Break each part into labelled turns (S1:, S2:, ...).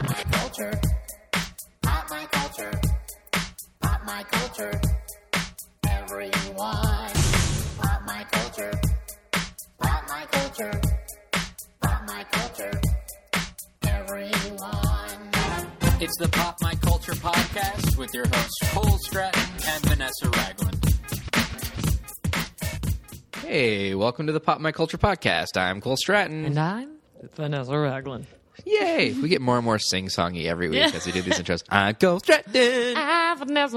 S1: culture. Pop my culture. Pop my culture. Everyone. Pop my culture. Pop my culture. Pop my culture. Everyone.
S2: It's the Pop My Culture podcast with your hosts Cole Stratton and Vanessa Ragland.
S3: Hey, welcome to the Pop My Culture podcast. I'm Cole Stratton.
S4: And I'm Vanessa Ragland.
S3: Yay! We get more and more sing-songy every week as we do these intros. I'm Cole Stratton.
S4: I'm Vanessa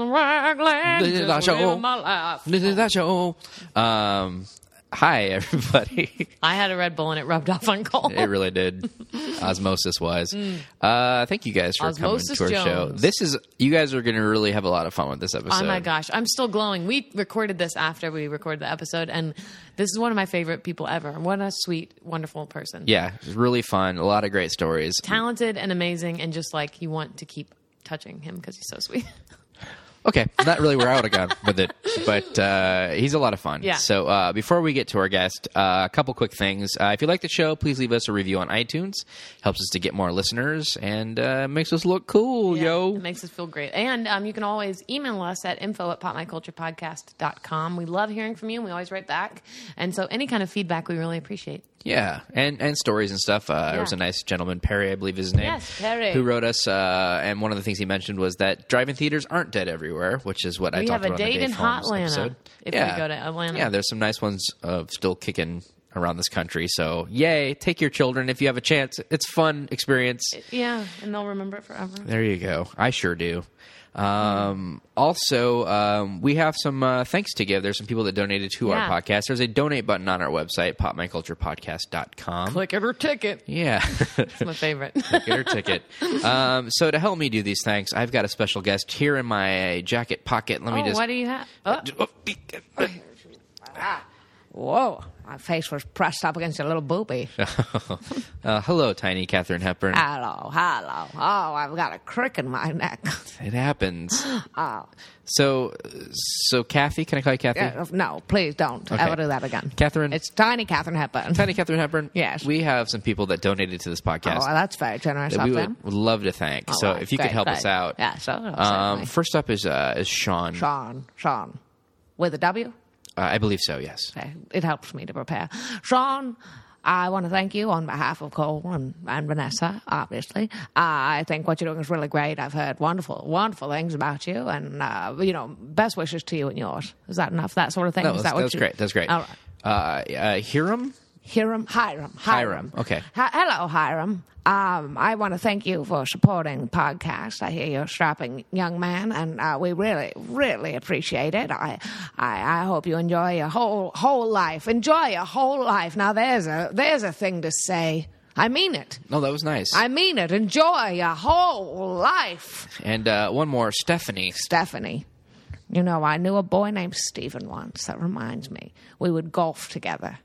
S3: This is
S4: Ragland.
S3: our
S4: just
S3: show.
S4: living my life.
S3: This is our show. Um, hi, everybody.
S4: I had a Red Bull and it rubbed off on Cole.
S3: it really did. Osmosis was. Uh, thank you guys for
S4: Mm. Osmosis
S3: coming to our show.
S4: Jones.
S3: This is you guys are going to really have a lot of fun with this episode.
S4: Oh my gosh, I'm still glowing. We recorded this after we recorded the episode, and this is one of my favorite people ever. What a sweet, wonderful person.
S3: Yeah, it was really fun. A lot of great stories.
S4: Talented and amazing, and just like you want to keep touching him because he's so sweet.
S3: Okay, not really where I would have gone with it, but uh, he's a lot of fun.
S4: Yeah.
S3: So uh, before we get to our guest, uh, a couple quick things. Uh, if you like the show, please leave us a review on iTunes. Helps us to get more listeners and uh, makes us look cool,
S4: It
S3: yo.
S4: makes us feel great. And um, you can always email us at info at popmyculturepodcast.com. We love hearing from you, and we always write back. And so any kind of feedback we really appreciate.
S3: Yeah, and and stories and stuff. Uh, There was a nice gentleman, Perry, I believe is his name,
S4: Yes, Perry.
S3: who wrote us. Uh, and one of the things he mentioned was that driving theaters aren't dead everywhere, which is what I
S4: We
S3: talked
S4: have
S3: about
S4: a
S3: on the
S4: date
S3: Dave
S4: in
S3: Holmes
S4: Hotlanta
S3: episode.
S4: if we
S3: yeah.
S4: go to Atlanta.
S3: Yeah, there's some nice ones uh, still kicking around this country. So, yay, take your children if you have a chance. It's fun experience.
S4: Yeah, and they'll remember it forever.
S3: There you go. I sure do. Um, also, um, we have some uh, thanks to give. There's some people that donated to
S4: Yeah.
S3: our podcast. There's a donate button on our website, popmyculturepodcast.com.
S4: Click it or ticket.
S3: Yeah.
S4: It's my favorite.
S3: Get her ticket. Um, so to help me do these thanks, I've got a special guest here in my jacket pocket. Let me
S4: oh,
S3: just.
S4: what do you have?
S5: Uh,
S4: Oh,
S5: Whoa, my face was pressed up against your little boobie.
S3: Uh, hello, tiny Catherine Hepburn.
S5: hello,
S4: Ah.
S5: hello. Oh, I've got a crick in my neck.
S3: It happens.
S5: Oh,
S3: So, so Kathy, can I call you Kathy?
S5: yeah, no, please don't
S3: Okay.
S5: ever do that again.
S3: Catherine-
S5: It's Tiny Catherine Hepburn.
S3: Tiny Catherine Hepburn.
S5: Yes.
S3: We have some people that donated to this
S5: Oh,
S3: podcast
S5: well, that's very generous
S3: that
S5: of
S3: we
S5: them.
S3: would, would love to thank. so,
S5: well,
S3: if you could
S5: great,
S3: help us
S5: great.
S3: out.
S5: Yeah, so-
S3: Um,
S5: certainly.
S3: first up is uh, is Sean.
S5: Sean, Sean, with a W.
S3: Uh, I believe so. Yes.
S5: Okay, it helps me to prepare. Sean, I want to thank you on behalf of Cole and, and Vanessa, obviously. Uh, I think what you're doing is really great. I've heard wonderful, wonderful things about you, and, uh, you know, best wishes to you and yours. Is that enough? That sort of thing?
S3: No,
S5: is
S3: that's,
S5: that what
S3: that's
S5: you- Oh.
S3: great. That's great.
S5: All right.
S3: Uh, uh, Hiram.
S5: Hiram, Hiram, Hiram.
S3: Hiram, okay.
S5: Hi- hello, Hiram. Um, I want to thank you for supporting the podcast. I hear you're a strapping young man, and uh, we really, really appreciate it. I, I, I hope you enjoy your whole whole life. Enjoy your whole life. Now, there's a there's a thing to say. I mean it.
S3: No, that was nice.
S5: I mean it. Enjoy your whole life,
S3: and uh, one more, Stephanie.
S5: Stephanie. You know, I knew a boy named Stephen once. That reminds me, we would golf together.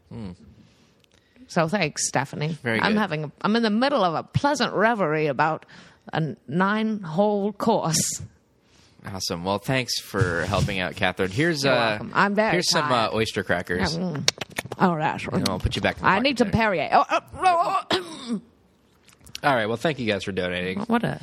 S5: So thanks, Stephanie.
S3: Very
S5: I'm
S3: good.
S5: having. A, I'm in the middle of a pleasant reverie about a nine-hole course.
S3: Awesome. Well, thanks for helping out, Catherine. Here's
S5: You're
S3: uh,
S5: welcome. I'm very
S3: here's some uh,
S5: tired. mm.
S3: oyster crackers.
S5: All right.
S3: And I'll put you back. In the
S5: I
S3: pocket
S5: need some
S3: there.
S5: Perrier. Oh, oh, oh, oh.
S3: All right. Well, thank you guys for donating.
S4: what a.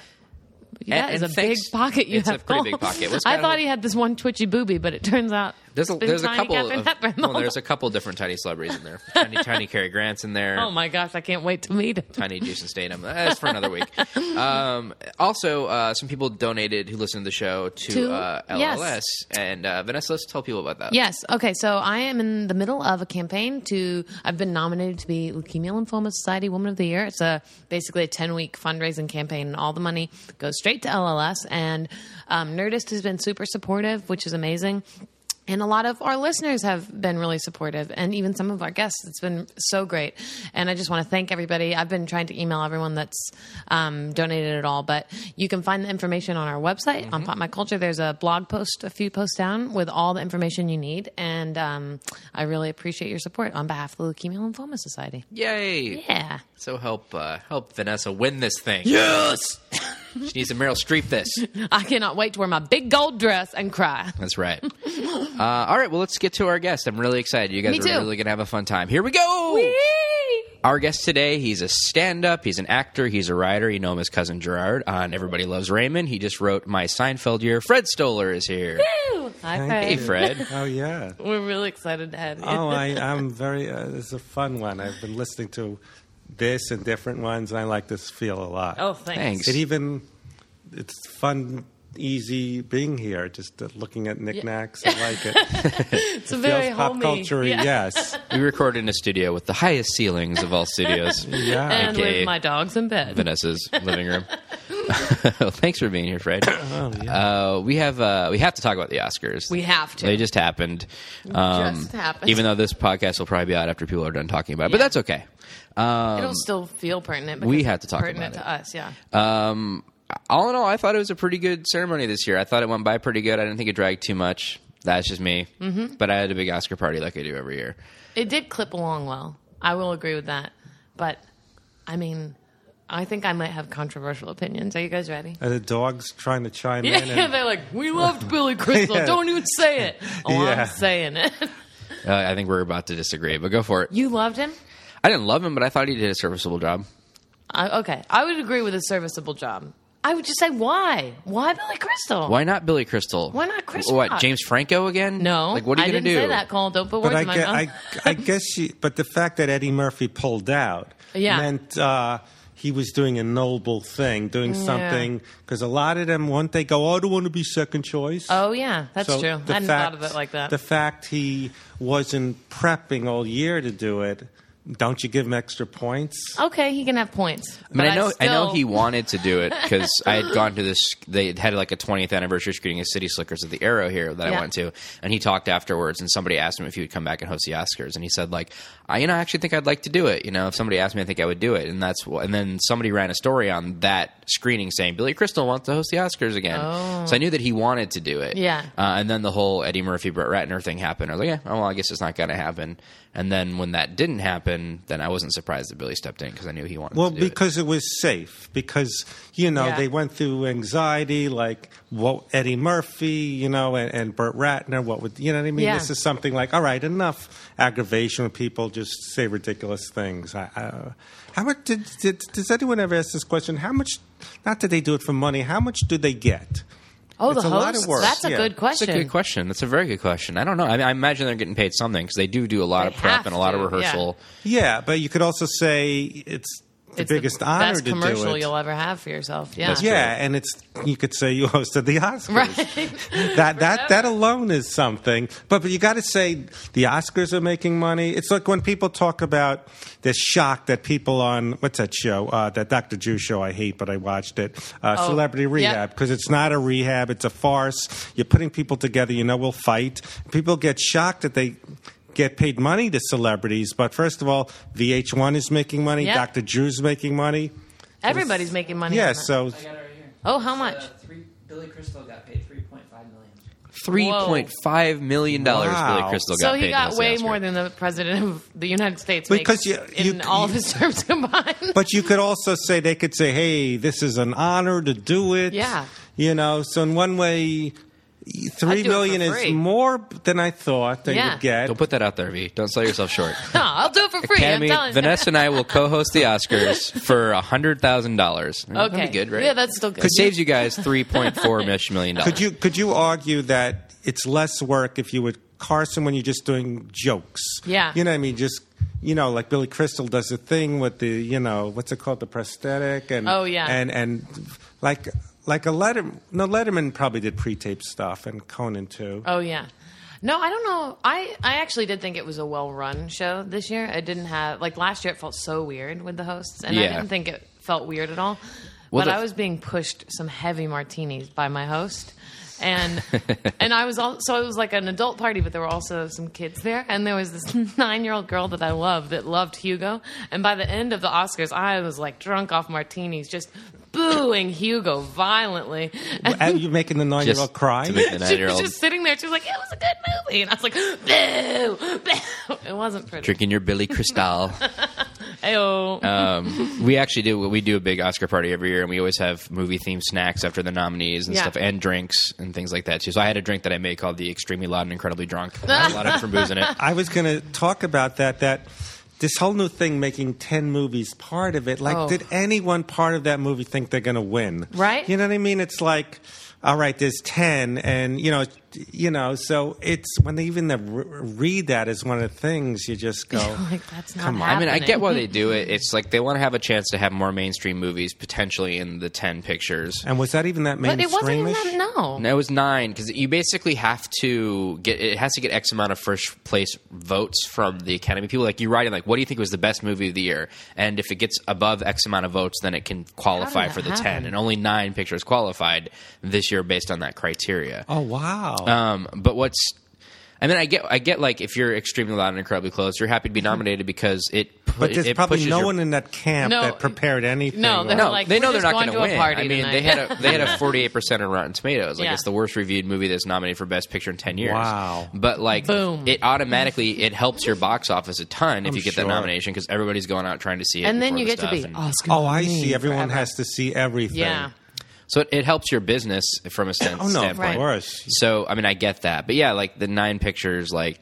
S4: That
S3: And-
S4: is
S3: and
S4: a
S3: thanks-
S4: big pocket you
S3: it's a
S4: have.
S3: pretty big
S4: Cole.
S3: pocket. What's
S4: I
S3: got
S4: thought
S3: a-
S4: he had this one twitchy booby, but it turns out
S3: There's a
S4: it's been
S3: there's a
S4: tiny
S3: couple
S4: Catherine
S3: of
S4: Hepburn the
S3: well,
S4: whole
S3: there's a couple different tiny celebrities in there. Tiny Tiny Cary Grant's in there.
S4: Oh my gosh, I can't wait to meet him.
S3: Tiny Jason Statham. That's Eh, for another week. Um, also, uh, some people donated who listened to the show to,
S4: To-
S3: uh,
S4: yes.
S3: LLS and uh, Vanessa. Let's tell people about that.
S4: Yes. Okay. So I am in the middle of a campaign to. I've been nominated to be Leukemia Lymphoma Society Woman of the Year. It's a basically a ten week fundraising campaign, and all the money goes straight to LLS. And um, Nerdist has been super supportive, which is amazing. And a lot of our listeners have been really supportive, and even some of our guests. It's been so great. And I just want to thank everybody. I've been trying to email everyone that's um, donated at all, but you can find the information on our website, on Pop My Culture. There's a blog post, a few posts down, with all the information you need. And um, I really appreciate your support on behalf of the Leukemia Lymphoma Society.
S3: Yay!
S4: Yeah.
S3: So help uh, help Vanessa win this thing. Yes. she needs to Meryl Streep this.
S4: I cannot wait to wear my big gold dress and cry.
S3: That's right. Uh, all right. Well, let's get to our guest. I'm really excited. You guys
S4: Me
S3: are
S4: too.
S3: really going to have a fun time. Here we go. Our guest today, he's a stand up, he's an actor, he's a writer. You know him as Cousin Gerard on Everybody Loves Raymond. He just wrote My Seinfeld Year. Fred Stoller is here.
S4: Hi,
S6: Thank
S4: Fred.
S3: Hey,
S6: you.
S3: Fred.
S6: Oh yeah.
S4: We're really excited to have you.
S6: Oh, I, I'm very. Uh, it's a fun one. I've been listening to this and different ones, and I like this feel a lot.
S4: oh, thanks.
S3: Thanks.
S6: It even it's fun, easy being here. Just uh, looking at knickknacks, I like it.
S4: It's a very
S6: Feels pop
S4: homey.
S6: culture.
S4: Yeah.
S6: Yes.
S3: We recorded in a studio with the highest ceilings of all studios.
S6: Yeah.
S4: And
S3: Okay.
S4: with my dogs in bed.
S3: Vanessa's living room. Thanks for being here, Fred. uh, we have uh, we have to talk about the Oscars.
S4: Oh, We have to.
S3: They just happened. Um,
S4: Just happened.
S3: Even though this podcast will probably be out after people are done talking about it, but
S4: Yeah.
S3: that's okay.
S4: It'll still feel pertinent.
S3: um, we
S4: because
S3: have to talk
S4: pertinent
S3: about
S4: to us. Yeah.
S3: Um, all in all, I thought it was a pretty good ceremony this year. I thought it went by pretty good. I didn't think it dragged too much. That's just me. Mm-hmm. But I had a big Oscar party like I do every year.
S4: It did clip along well. I will agree with that. But I mean, I think I might have controversial opinions. Are you guys ready?
S6: Are the dogs trying to chime
S4: Yeah,
S6: in? And,
S4: they're like, we loved Billy Crystal.
S6: uh, Yeah.
S4: Don't even say it. Oh,
S6: Yeah.
S4: I'm saying it.
S3: Uh, I think we're about to disagree, but go for it.
S4: you loved him?
S3: I didn't love him, but I thought he did a serviceable job.
S4: I, okay, I would agree with a serviceable job. I would just say, why? Why Billy Crystal?
S3: Why not Billy Crystal?
S4: Why not Chris
S3: What
S4: Rock?
S3: James Franco again?
S4: No.
S3: Like what are you
S4: I
S3: gonna
S4: didn't
S3: do?
S4: say that, Cole. Don't put words
S6: but I,
S4: in my
S6: gue-
S4: mouth.
S6: I, I guess she. But the fact that Eddie Murphy pulled out
S4: Yeah.
S6: meant. Uh, he was doing a noble thing, doing
S4: Yeah.
S6: something because a lot of them, once they go, "Oh, I don't want to be second choice."
S4: oh, yeah, that's
S6: So
S4: true. I
S6: the
S4: hadn't
S6: fact-
S4: thought of it like that.
S6: The fact he wasn't prepping all year to do it, don't you give him extra points?
S4: okay, he can have points.
S3: I mean, I know, I, know
S4: still-
S3: he wanted to do it because I had gone to this. They had like a 20th anniversary screening of City Slickers at the Arrow here that I
S4: Yeah.
S3: went to, and he talked afterwards. And somebody asked him if he would come back and host the Oscars, and he said like, I, you know, I actually think I'd like to do it. You know, if somebody asked me, I think I would do it. And that's wh- and then somebody ran a story on that screening saying Billy Crystal wants to host the Oscars again. So I knew that he wanted to do it.
S4: Oh. Yeah.
S3: Uh, and then the whole Eddie Murphy Brett Ratner thing happened. I was like, yeah, oh, well, I guess it's not going to happen. And then when that didn't happen, then I wasn't surprised that Billy stepped in because I knew he wanted.
S6: Well,
S3: to do it.
S6: because it. was safe. Because you know
S4: Yeah.
S6: they went through anxiety, like what Eddie Murphy, you know, and, and Burt Ratner. What would you know? what I mean,
S4: Yeah.
S6: this is something like, all right, enough aggravation when people just say ridiculous things. I, I, how much did, did does anyone ever ask this question? How much? Not that they do it for money. How much do they get?
S4: Oh,
S6: It's
S4: the
S6: a lot of
S4: host?
S6: work,
S4: That's a
S6: yeah.
S4: good question.
S3: That's a good question. That's a very good question. I don't know. I, mean, I imagine they're getting paid something because they do do a lot
S4: They
S3: of prep
S4: have
S3: and a lot of
S4: to, yeah.
S3: rehearsal.
S6: Yeah, but you could also say it's the
S4: It's
S6: biggest
S4: the
S6: honor
S4: best
S6: to
S4: commercial
S6: do it.
S4: you'll ever have for yourself. Yeah.
S3: That's
S6: yeah, and it's you could say you hosted the Oscars. That that that alone is something. But but you got to say the Oscars are making money. It's like when people talk about the shock that people on what's that show? Uh, that Dr. Drew show I hate, but I watched it. Uh,
S4: Oh,
S6: Celebrity
S4: yeah.
S6: Rehab because it's not a rehab; it's a farce. You're putting people together. You know, we'll fight. People get shocked that they. Get paid money to celebrities, but first of all, VH1 is making money.
S4: Yeah.
S6: Dr. Drew's making money.
S4: Everybody's making money. on
S6: Yeah,
S4: that.
S6: so
S7: I got it right here.
S4: Oh, how much?
S7: Uh, three, Billy Crystal got paid three point five million.
S3: Three point five million dollars. Billy
S6: Wow.
S3: Crystal got
S4: so
S3: paid.
S4: he
S3: to
S4: got
S3: host the
S4: way
S3: Oscar.
S4: more than the president of the United States
S6: Because
S4: makes
S6: you- you-
S4: in all of his terms combined.
S6: But you could also say they could say, "Hey, this is an honor to do it."
S4: Yeah.
S6: you know. So in one way, three
S4: do it
S6: million
S4: for
S6: is
S4: free.
S6: more than I thought they
S4: Yeah.
S6: would get.
S3: Don't put that out there, V. Don't sell yourself short.
S4: no, I'll do it for free.
S3: Academy,
S4: I'm telling you.
S3: Vanessa and I will co-host the Oscars for hundred thousand dollars.
S4: Okay.
S3: good, right?
S4: Yeah, that's still good.
S3: It saves you guys three point four million dollars.
S6: Could you could you argue that it's less work if you would Carson when you're just doing jokes?
S4: Yeah.
S6: you know what I mean. Just you know, like Billy Crystal does a thing with the you know what's it called the prosthetic and
S4: Oh, yeah.
S6: and and like like a Letterman. No, Letterman probably did pre-tape stuff and Conan too.
S4: Oh yeah. No, I don't know. I, I actually did think it was a well run show this year. I didn't have like last year it felt so weird with the hosts and I
S3: Yeah.
S4: didn't think it felt weird at all.
S3: Well,
S4: but
S3: the-
S4: I was being pushed some heavy martinis by my host. And and I was all so it was like an adult party, but there were also some kids there, and there was this nine year old girl that I loved that loved Hugo. And by the end of the Oscars, I was like drunk off martinis, just booing Hugo violently. And
S6: Are you making the nine-year-old
S3: Just
S6: cry?
S3: to make the
S4: she was
S3: nine-year-old
S4: just sitting there. She was like, "It was a good movie," and I was like, "Boo, boo!" It wasn't pretty.
S3: drinking your Billy Crystal.
S4: Ayo.
S3: um, we actually do we do a big Oscar party every year, and we always have movie themed snacks after the nominees and
S4: Yeah.
S3: stuff, and drinks and things like that too. So I had a drink that I made called the Extremely Loud and Incredibly Drunk. It had a lot of different booze in it.
S6: I was going to talk about that. That this whole new thing making 10 movies part of it. Like,
S4: Oh.
S6: did anyone part of that movie think they're going to win?
S4: Right.
S6: You know what I mean? It's like, all right, there's 10, and, you know, you know, so it's when they even the, read that as one of the things, you just go,
S4: like that's not.
S6: Come on.
S3: I mean, I
S4: happening.
S3: get why they do it. It's like they want to have a chance to have more mainstream movies potentially in the 10 pictures.
S6: and was that even that
S4: but it wasn't even
S6: mainstreamish?
S4: that. No,
S3: No, it was nine because you basically have to get it has to get X amount of first place votes from the Academy people. Like you write in, like, what do you think was the best movie of the year? And if it gets above X amount of votes, then it can qualify
S4: that
S3: for the ten.
S4: happen?
S3: And only nine pictures qualified this year based on that criteria.
S6: Oh, wow.
S3: Um, but what's I mean, I get, I get. Like, if you're extremely loud and incredibly close, you're happy to be
S4: Mm-hmm.
S3: nominated because it. pu-
S6: but there's
S3: it
S6: probably
S3: pushes
S6: no
S3: your-
S6: one in that camp
S4: No.
S6: that prepared anything.
S4: No, they're
S6: or-
S3: No,
S4: like,
S3: they know
S4: "We're
S3: they're
S4: just
S3: not going
S4: going to a
S3: win.
S4: party
S3: I mean,
S4: tonight.
S3: they had a they had a forty eight percent on Rotten Tomatoes. Like
S4: Yeah.
S3: it's the worst reviewed movie that's nominated for best picture in ten years.
S6: Wow.
S3: But like,
S4: Boom.
S3: it automatically it helps your box office a ton if
S6: I'm
S3: you get
S6: sure.
S3: that nomination because everybody's going out trying to see it.
S4: and then
S3: before
S4: you
S3: the
S4: get to
S3: stuff
S4: be
S3: and-
S4: Oscar.
S6: Oh, I
S4: nominee
S6: see. Everyone
S4: forever.
S6: has to see everything.
S4: Yeah.
S3: so it, it helps your business from a stand,
S6: Oh, no, of
S3: standpoint.
S6: course.
S3: So I mean, I get that, but yeah, like the nine pictures, like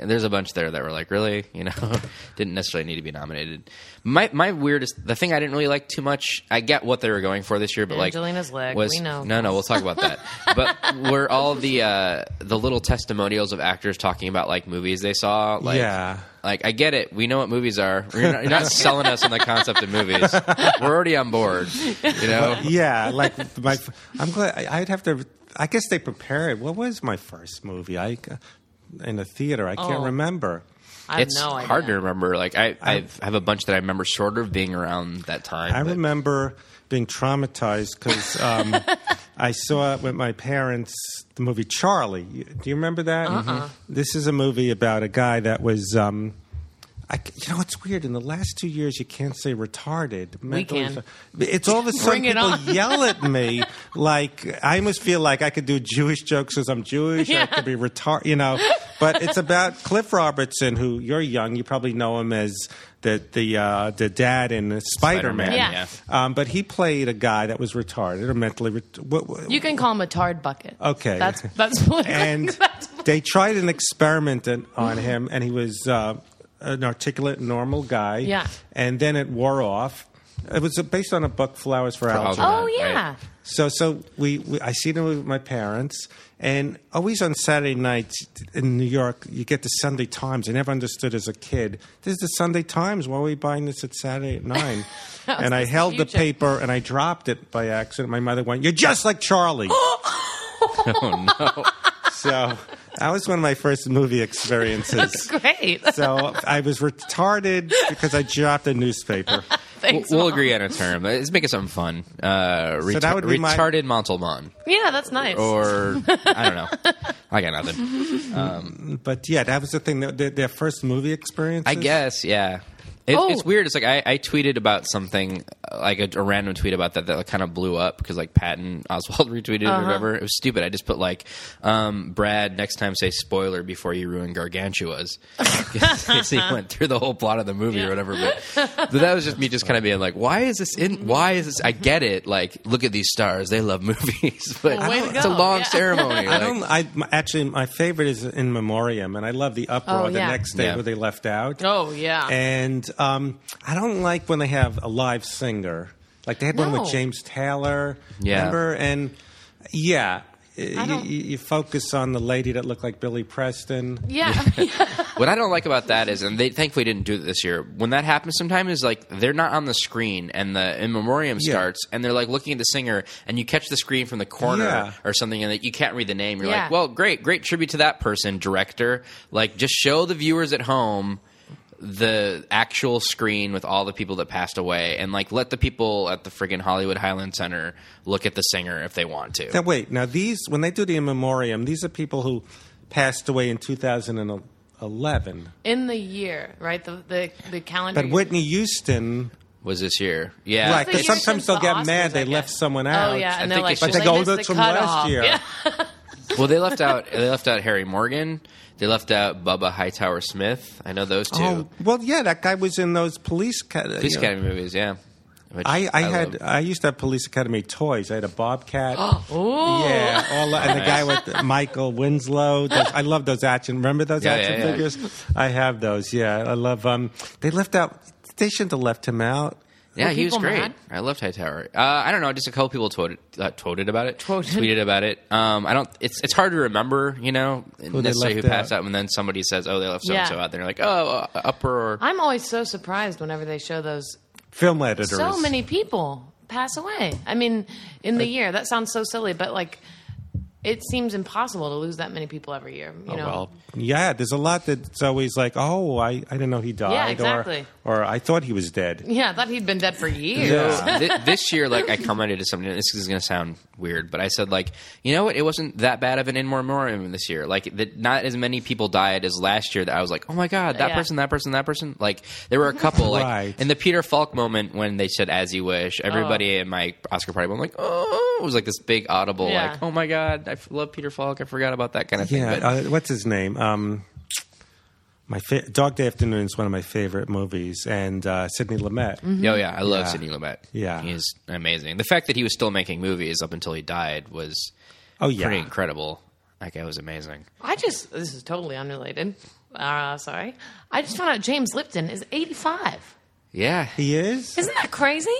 S3: there's a bunch there that were like, really, you know, didn't necessarily need to be nominated. My my weirdest, the thing I didn't really like too much. I get what they were going for this year, but like
S4: Angelina's leg,
S3: was
S4: we know.
S3: no, no, we'll talk about that. but were all the uh, the little testimonials of actors talking about like movies they saw, like.
S6: Yeah.
S3: Like I get it, we know what movies are. You're not, you're not selling us on the concept of movies. We're already on board, you know.
S6: yeah, like my. I'm glad. I- I'd have to. I guess they prepare it. What was my first movie? I in the theater. I can't
S4: Oh.
S6: remember.
S4: I have
S3: it's
S4: no idea.
S3: hard to remember. Like I, I have a bunch that I remember short of being around that time.
S6: I
S3: but-
S6: remember being traumatized because um, I saw it with my parents the movie Charlie. Do you remember that?
S4: Uh-huh.
S6: Mm-hmm. This is a movie about a guy that was. Um, I c you know, it's weird. In the last two years, you can't say retarded. mentally
S4: can.
S6: fa- It's all of a sudden
S4: Bring it
S6: people
S4: on.
S6: yell at me. Like, I almost feel like I could do Jewish jokes because I'm Jewish. I could be retarded, you know. But it's about Cliff Robertson, who you're young. You probably know him as the, the, uh, the dad in Spider Man.
S4: Yeah.
S6: Um, but he played a guy that was retarded or mentally ret- what, what-
S4: You can call him a tard bucket.
S6: Okay.
S4: that's that's what.
S6: and they tried an experiment in- on him, and he was uh, an articulate, normal guy.
S4: Yeah.
S6: And then it wore off. It was uh, based on a book, Flowers for, Algernon.
S4: oh
S3: Right.
S4: yeah,
S6: So, so we, we I see them with my parents, and always on Saturday nights in New York, you get the Sunday Times. I never understood as a kid. This is the Sunday Times. Why are we buying this at Saturday at nine? and I held the
S4: huge-
S6: paper and I dropped it by accident. My mother went, "You're just like Charlie." oh no! So that was one of my first movie experiences.
S4: great.
S6: So I was retarded because I dropped a newspaper.
S3: We'll,
S4: Thanks.
S3: we'll
S4: Mom.
S3: agree on a term. Let's make it something fun. Uh,
S6: So that would be my-
S3: retarded Montalban,
S4: Yeah, that's nice.
S3: or I don't know. I got nothing.
S6: But yeah, that was the thing. Their, their first movie experience.
S3: I guess, yeah. It,
S4: Oh.
S3: It's weird. It's like I, I tweeted about something, uh, like a, a random tweet about that that like, kind of blew up because like Patton Oswald retweeted it or
S4: Uh-huh.
S3: whatever. It was stupid. I just put like, um, Brad, next time say spoiler before you ruin Gargantua's. 'Cause he went through the whole plot of the movie or whatever. But, but that was just me just kind of being like, why is this in? Why is this? I get it. Like, look at these stars. They love movies. But
S4: Well, way to
S3: it's a
S4: go.
S3: long
S4: Yeah.
S3: ceremony.
S6: I
S3: like-
S6: don't. I my- actually, my favorite is in memoriam, and I love the uproar
S4: Oh,
S6: the
S4: yeah.
S6: next day
S3: Yeah.
S6: where they left out.
S4: oh yeah.
S6: And um, I don't like when they have a live singer. Like they had one with
S4: No.
S6: James Taylor,
S3: Yeah.
S6: remember? And yeah, you,
S4: don't-
S6: you you focus on the lady that looked like Billy Preston.
S4: yeah.
S3: What I don't like about that is, and they thankfully didn't do it this year. When that happens, sometimes is like they're not on the screen, and the in memoriam
S6: Yeah.
S3: starts, and they're like looking at the singer, and you catch the screen from the corner
S6: Yeah.
S3: or something, and that you can't read the name. You're
S4: Yeah.
S3: like, well, great, great tribute to that person, director. Like, just show the viewers at home the actual screen with all the people that passed away, and like let the people at the friggin' Hollywood Highland Center look at the singer if they want to.
S6: Now wait, now these when they do the in memoriam, these are people who passed away in 2011.
S4: In the year, right? The the, the calendar.
S6: But
S4: year.
S6: Whitney Houston,
S3: Was this year? Yeah,
S6: right?
S4: the
S6: Because
S4: year
S6: sometimes
S4: since
S6: they'll
S4: the
S6: get
S4: Oscars,
S6: mad they
S4: I
S6: left
S4: guess.
S6: someone out.
S4: Oh yeah, and
S3: I
S4: they're
S3: think
S4: like,
S3: it's just- But
S4: "Well,
S6: they go,
S4: missed
S6: "That's
S4: the
S6: from last
S4: cutoff."
S6: year.
S4: Yeah.
S3: Well, they left out. They left out Harry Morgan. They left out Bubba Hightower Smith. I know those two.
S6: Oh, well, yeah, that guy was in those police. Ca-
S3: Police
S6: you know.
S3: Academy movies. Yeah, which
S6: I, I had
S3: love.
S6: I used to have Police Academy toys. I had a Bobcat. Yeah, all that. and the guy with Michael Winslow. Those, I love those action. Remember those
S3: Yeah,
S6: action
S3: yeah, yeah.
S6: figures? I have those. Yeah, I love. Um, they left out. They shouldn't have left him out.
S3: yeah, he was
S4: people
S3: great.
S4: mad?
S3: I loved Hightower. Uh, I don't know, just a couple people tweeted, uh, tweeted about it,
S4: Tweeted.
S3: tweeted about it. Um, I don't. It's it's hard to remember, you know,
S6: they
S3: necessarily who
S6: left
S3: passed
S6: out.
S3: out. And then somebody says, "Oh, they left so and so
S4: Yeah.
S3: out." They're like, "Oh, uh, upper or
S4: I'm always so surprised whenever they show those.
S6: Film editors.
S4: So many people pass away. I mean, in the year. That sounds so silly, but like, it seems impossible to lose that many people every year. You know,
S3: Oh, well."
S6: Yeah, there's a lot that's always like, oh, I, I didn't know he died.
S4: exactly.
S6: Or, or I thought he was dead.
S4: yeah, I thought he'd been dead for years.
S6: Yeah.
S3: Th- this year, like I commented to somebody, this is going to sound weird, but I said like, you know what? It wasn't that bad of an in memoriam this year. Like, the, not as many people died as last year. That I was like, oh my god, that
S4: Yeah.
S3: person, that person, that person. Like, there were a couple. Like
S6: Right. Oh.
S3: in the Peter Falk moment when they said "As You Wish," everybody in my Oscar party, went like, oh, it was like this big audible,
S4: Yeah.
S3: like, oh my god, I f- love Peter Falk. I forgot about that kind of thing.
S6: Yeah.
S3: But-
S6: uh, what's his name? Um, my fa- Dog Day Afternoon is one of my favorite movies, and uh, Sidney Lumet.
S4: Mm.
S3: Oh yeah, I love Sidney Lumet.
S6: Yeah.
S3: he's amazing. The fact that he was still making movies up until he died was
S6: Oh yeah.
S3: pretty incredible. That guy was amazing.
S4: I just this is totally unrelated. Uh, sorry, I just found out James Lipton is 85.
S3: Yeah,
S6: He is.
S4: Isn't that crazy?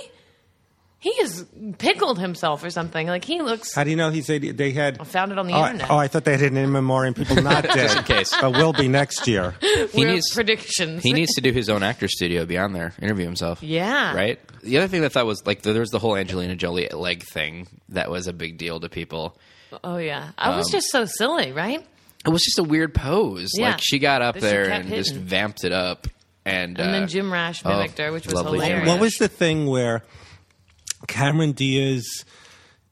S4: He has pickled himself or something. Like he looks.
S6: How do you know he's? 80, they had. I
S4: found it on the
S6: oh,
S4: internet.
S6: I, oh, I thought they had an in memoriam. People not dead,
S3: Just in case.
S6: but will be next year.
S3: he
S4: weird
S3: needs
S4: predictions.
S3: he needs to do his own actor studio beyond there interview himself
S4: Yeah.
S3: right the other thing that I thought was like there was the whole angelina jolie leg thing that was a big deal to people
S4: oh yeah, I
S3: Um,
S4: was just so silly, right?
S3: it was just a weird pose
S4: Yeah.
S3: like she got up
S4: She
S3: there
S4: kept
S3: and just
S4: hitting.
S3: vamped it up and,
S4: And
S3: uh,
S4: then Jim Rash
S3: oh,
S4: mimicked her, which was
S3: lovely Jim
S4: hilarious.
S3: Rash.
S6: What was the thing where Cameron Diaz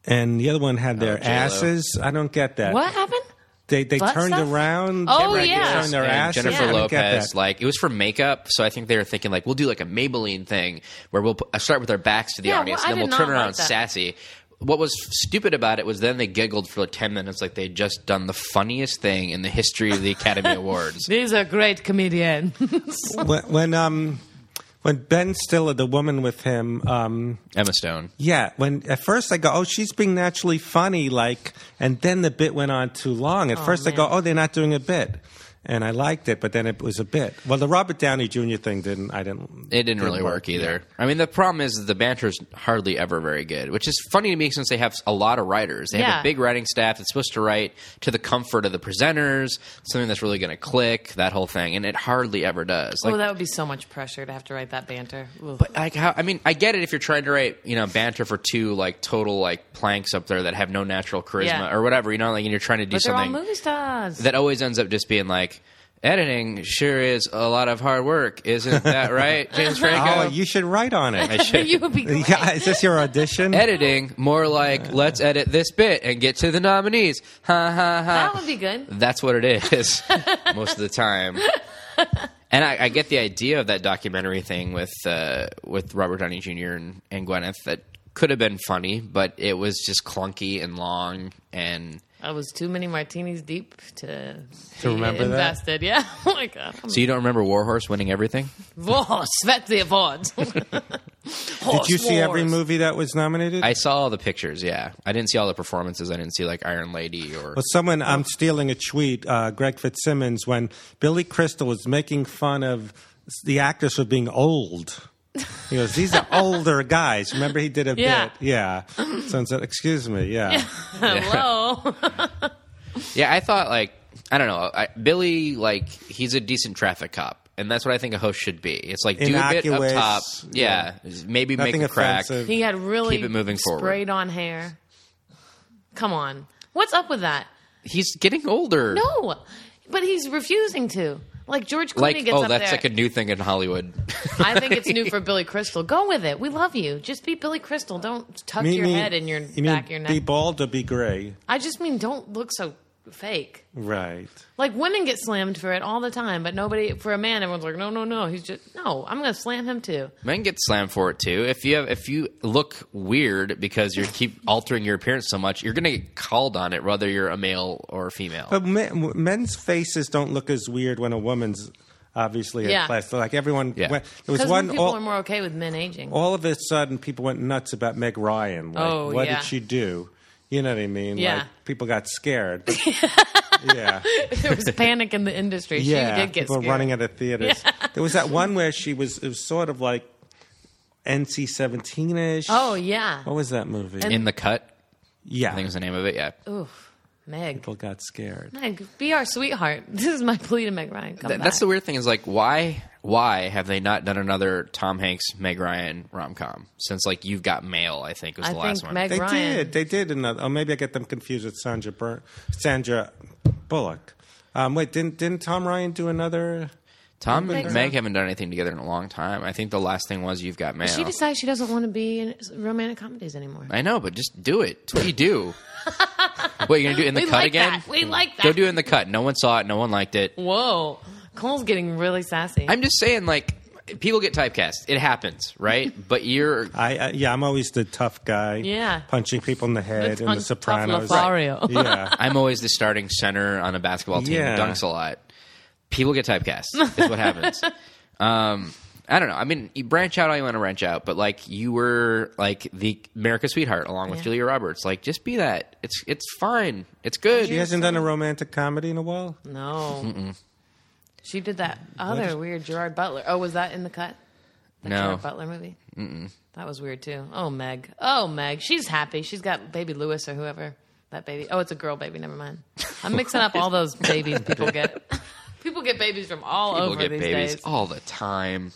S6: and the other one had their
S3: J-Lo.
S6: asses? I don't get that.
S4: Oh, What happened?
S6: They they
S4: Butt
S6: turned
S4: stuff?
S6: around.
S4: Oh,
S6: they
S4: yeah.
S6: turned their
S3: and
S6: asses.
S3: Jennifer
S6: I don't get
S3: Lopez,
S6: that.
S3: like it was for makeup, so I think they were thinking like we'll do like a Maybelline thing where we'll put, uh, start with our backs to the
S4: Yeah, well,
S3: audience,
S4: I
S3: and then
S4: did
S3: we'll turn
S4: not
S3: around
S4: like that.
S3: sassy. What was stupid about it was then they giggled for like ten minutes, like they'd just done the funniest thing in the history of the Academy Awards.
S4: These are great comedians.
S6: when, when um when Ben Stiller, the woman with him, um,
S3: Emma Stone.
S6: yeah. When at first I go, oh, she's being naturally funny, like, and then the bit went on too long. At first I go,
S4: man.
S6: oh, they're not doing a bit, and I liked it, but then it was a bit. Well, the Robert Downey Jr. thing didn't. I didn't.
S3: It didn't really work either. I mean, the problem is the banter's hardly ever very good, which is funny to me since they have a lot of writers. They have
S4: Yeah.
S3: a big writing staff that's supposed to write to the comfort of the presenters, something that's really going to click, that whole thing, and it hardly ever does. Like,
S4: oh, that would be so much pressure to have to write that banter. Ugh.
S3: but like how I mean, I get it if you're trying to write, you know, banter for two like total like planks up there that have no natural charisma
S4: Yeah.
S3: or whatever, you know, like and you're trying to do
S4: But they're all
S3: something
S4: movie stars.
S3: that always ends up just being like editing sure is a lot of hard work, isn't that right, James Franco?
S6: Oh, you should write on it.
S4: you would be great.
S6: yeah, is this your audition?
S3: editing more like let's edit this bit and get to the nominees. Ha ha
S4: That
S3: ha.
S4: would be good.
S3: That's what it is most of the time. And I, I get the idea of that documentary thing with uh, with Robert Downey Jr. and, and Gwyneth that could have been funny, but it was just clunky and long and
S4: I was too many martinis deep to, be
S6: To remember that?
S4: invested. Yeah. Oh my god.
S3: so you don't remember Warhorse winning everything?
S4: Whoa, sweat the awards.
S6: Did you see every movie that was nominated?
S3: I saw all the pictures, yeah. I didn't see all the performances. I didn't see like Iron Lady or
S6: Well, someone, I'm stealing a tweet, uh, Greg Fitzsimmons, when Billy Crystal was making fun of the actors for being old. He goes, These are older guys. Remember, he did a
S4: Yeah.
S6: bit. Yeah. So I said, Excuse me. Yeah.
S4: Hello.
S3: Yeah, I thought like I don't know. I, Billy like he's a decent traffic cop, and that's what I think a host should be. It's like do a bit up
S6: Innocuous,
S3: top, yeah, maybe make
S6: Nothing
S3: a crack.
S6: offensive.
S4: He had really
S3: Keep it moving forward.
S4: sprayed on hair. Come on. What's up with that?
S3: He's getting older.
S4: No. But he's refusing to. Like George Clooney
S3: like
S4: gets
S3: oh,
S4: up
S3: that's
S4: there.
S3: like a new thing in Hollywood.
S4: I think it's new for Billy Crystal. Go with it. We love you. Just be Billy Crystal. Don't tuck
S6: You
S4: your
S6: mean-
S4: head in your
S6: you mean
S4: back of your neck.
S6: Be bald or be gray.
S4: I just mean don't look so fake.
S6: Right.
S4: Like women get slammed for it all the time, but nobody for a man. Everyone's like, no, no, no. He's just no. I'm gonna slam him too.
S3: Men get slammed for it too. If you have, if you look weird because you keep altering your appearance so much, you're going to get called on it,
S4: Oh,
S3: whether you're a male or a female.
S6: But men, men's faces don't look as weird when a woman's obviously
S4: Yeah.
S6: a class. Like everyone,
S3: Yeah.
S6: went, there was
S4: Because
S6: one.
S4: people
S6: all-
S4: are more okay with men aging.
S6: all of a sudden people went nuts about Meg Ryan. Like,
S4: Oh,
S6: what
S4: yeah.
S6: did she do? You know what I mean?
S4: Yeah.
S6: Like people got scared. yeah.
S4: there was panic in the industry.
S6: Yeah.
S4: she did get
S6: people
S4: scared.
S6: running out of theaters. There was that one where she was it was sort of like NC seventeen ish.
S4: Oh yeah,
S6: What was that movie?
S3: in the cut.
S6: yeah.
S3: I think was the name of it. Yeah,
S6: Oh.
S4: Meg.
S6: people got scared.
S4: Meg, be our sweetheart. This is my plea to Meg Ryan. Come
S3: Th-
S4: back.
S3: that's the weird thing. Is like why why have they not done another Tom Hanks Meg Ryan rom com since like You've Got Mail? I think was
S4: I
S3: the last
S4: think
S3: one.
S4: Meg
S6: They
S4: Ryan.
S6: did. They did another. Oh, maybe I get them confused with Sandra Bur- Sandra Bullock. Um, wait, didn't didn't Tom Ryan do another?
S3: Tom and
S4: Meg-
S3: Meg haven't done anything together in a long time. I think the last thing was You've Got Mail.
S4: She decides she doesn't want to be in romantic comedies anymore.
S3: I know, but just do it. It's what you do. what you're gonna do in the
S4: we
S3: cut
S4: like
S3: again?
S4: that. We like that.
S3: Go do it in the cut. No one saw it. No one liked it.
S4: Whoa, Cole's getting really sassy.
S3: I'm just saying, like people get typecast. It happens, right? but you're
S6: I uh, yeah, I'm always the tough guy.
S4: Yeah.
S6: punching people in the head
S4: That's
S6: in
S4: on
S6: the
S4: tough
S6: Sopranos.
S4: Lothario. Right.
S6: Yeah,
S3: I'm always the starting center on a basketball team
S6: Yeah.
S3: who dunks a lot. People get typecast. That's what happens. Um, I don't know. I mean, you branch out all you want to branch out, but like you were like the America's sweetheart along with
S4: Yeah.
S3: Julia Roberts. Like, just be that. It's it's fine. It's good.
S6: she hasn't done a romantic comedy in a while.
S4: no. She did that other weird Gerard Butler. Oh, was that in the cut? The
S3: No.
S4: Gerard Butler movie. Mm-mm. That was weird too. Oh, Meg. Oh, Meg. She's happy. She's got baby Lewis or whoever that baby. Oh, it's a girl baby. Never mind. I'm mixing up all those babies people get. people get babies from all
S3: People
S4: over
S3: get
S4: these
S3: babies
S4: days.
S3: all the time.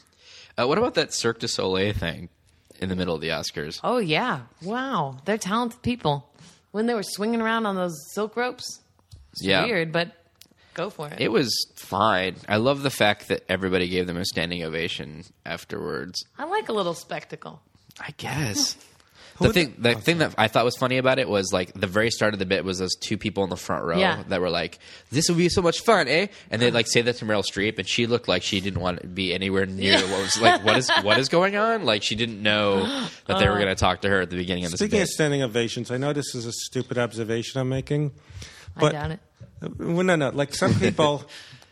S3: Uh, what about that Cirque du Soleil thing in the middle of the Oscars?
S4: Oh yeah! Wow, they're talented people. When they were swinging around on those silk ropes, it's
S3: Yeah.
S4: weird, but go for it.
S3: It was fine. I love the fact that everybody gave them a standing ovation afterwards.
S4: I like a little spectacle.
S3: I guess. The thing, the
S4: Oh,
S3: thing that I thought was funny about it was like the very start of the bit was those two people in the front row
S4: Yeah. Uh-huh.
S3: that were like, "This will be so much fun, eh?" And they like say that to Meryl Streep, and she looked like she didn't want to be anywhere near what was like, "What is what is going on?" Like she didn't know that
S4: Uh.
S3: they were going to talk to her at the beginning of this
S6: Speaking
S3: bit.
S6: of standing ovations, I know this is a stupid observation I'm making, but uh,
S4: I doubt it.
S6: well, no, no, like some people.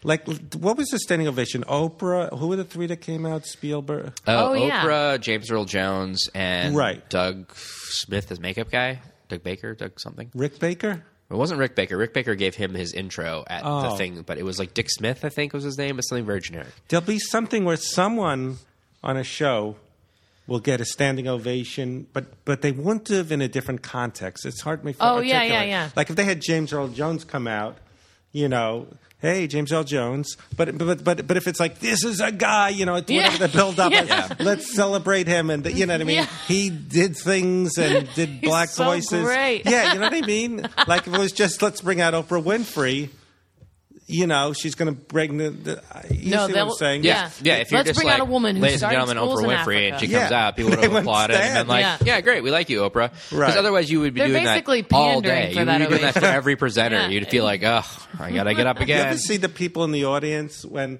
S6: Like what was the standing ovation? Oprah. Who were the three that came out? Spielberg.
S3: Oh,
S4: Oh, yeah.
S3: Oprah, James Earl Jones, and
S6: Right.
S3: Doug Smith as makeup guy. Doug Baker, Doug something.
S6: Rick Baker.
S3: It wasn't Rick Baker. Rick Baker gave him his intro at the
S6: Oh.
S3: thing, but it was like Dick Smith, I think was his name, but something very generic.
S6: There'll be something where someone on a show will get a standing ovation, but but they wouldn't have in a different context. It's hard for me. to
S4: Oh, yeah,
S6: articulate.
S4: yeah, yeah.
S6: Like if they had James Earl Jones come out, you know. Hey, James L. Jones. But but but but if it's like this is a guy, you know, it's whatever
S4: Yeah.
S6: the build up,
S4: Yeah.
S6: let's celebrate him, and you know what I mean.
S4: Yeah.
S6: He did things and did black
S4: so
S6: voices.
S4: great.
S6: Yeah, you know what I mean. like if it was just let's bring out Oprah Winfrey, you know, she's going to bring the. the you see what I'm
S4: they'll-
S6: saying?
S4: Yeah.
S3: yeah. If you're
S4: Let's
S3: just
S4: bring
S3: like,
S4: out a woman who
S3: ladies and
S4: started
S3: gentlemen,
S4: schools
S3: Oprah
S4: in
S3: Winfrey, and
S4: Africa.
S3: she
S6: Yeah.
S3: comes out, people would
S6: They
S3: have
S6: wouldn't
S3: applauded and been
S6: stand.
S3: like,
S4: Yeah.
S3: yeah. great, we like you, Oprah." Because
S6: Right.
S3: otherwise, you would be
S4: They're
S3: doing
S4: basically
S3: that all
S4: pandering
S3: day. you
S4: for
S3: would
S4: that
S3: be doing that
S4: ovation.
S3: for every presenter.
S4: Yeah.
S3: You'd feel like, "Oh, I gotta get up
S6: You
S3: again."
S6: ever see the people in the audience when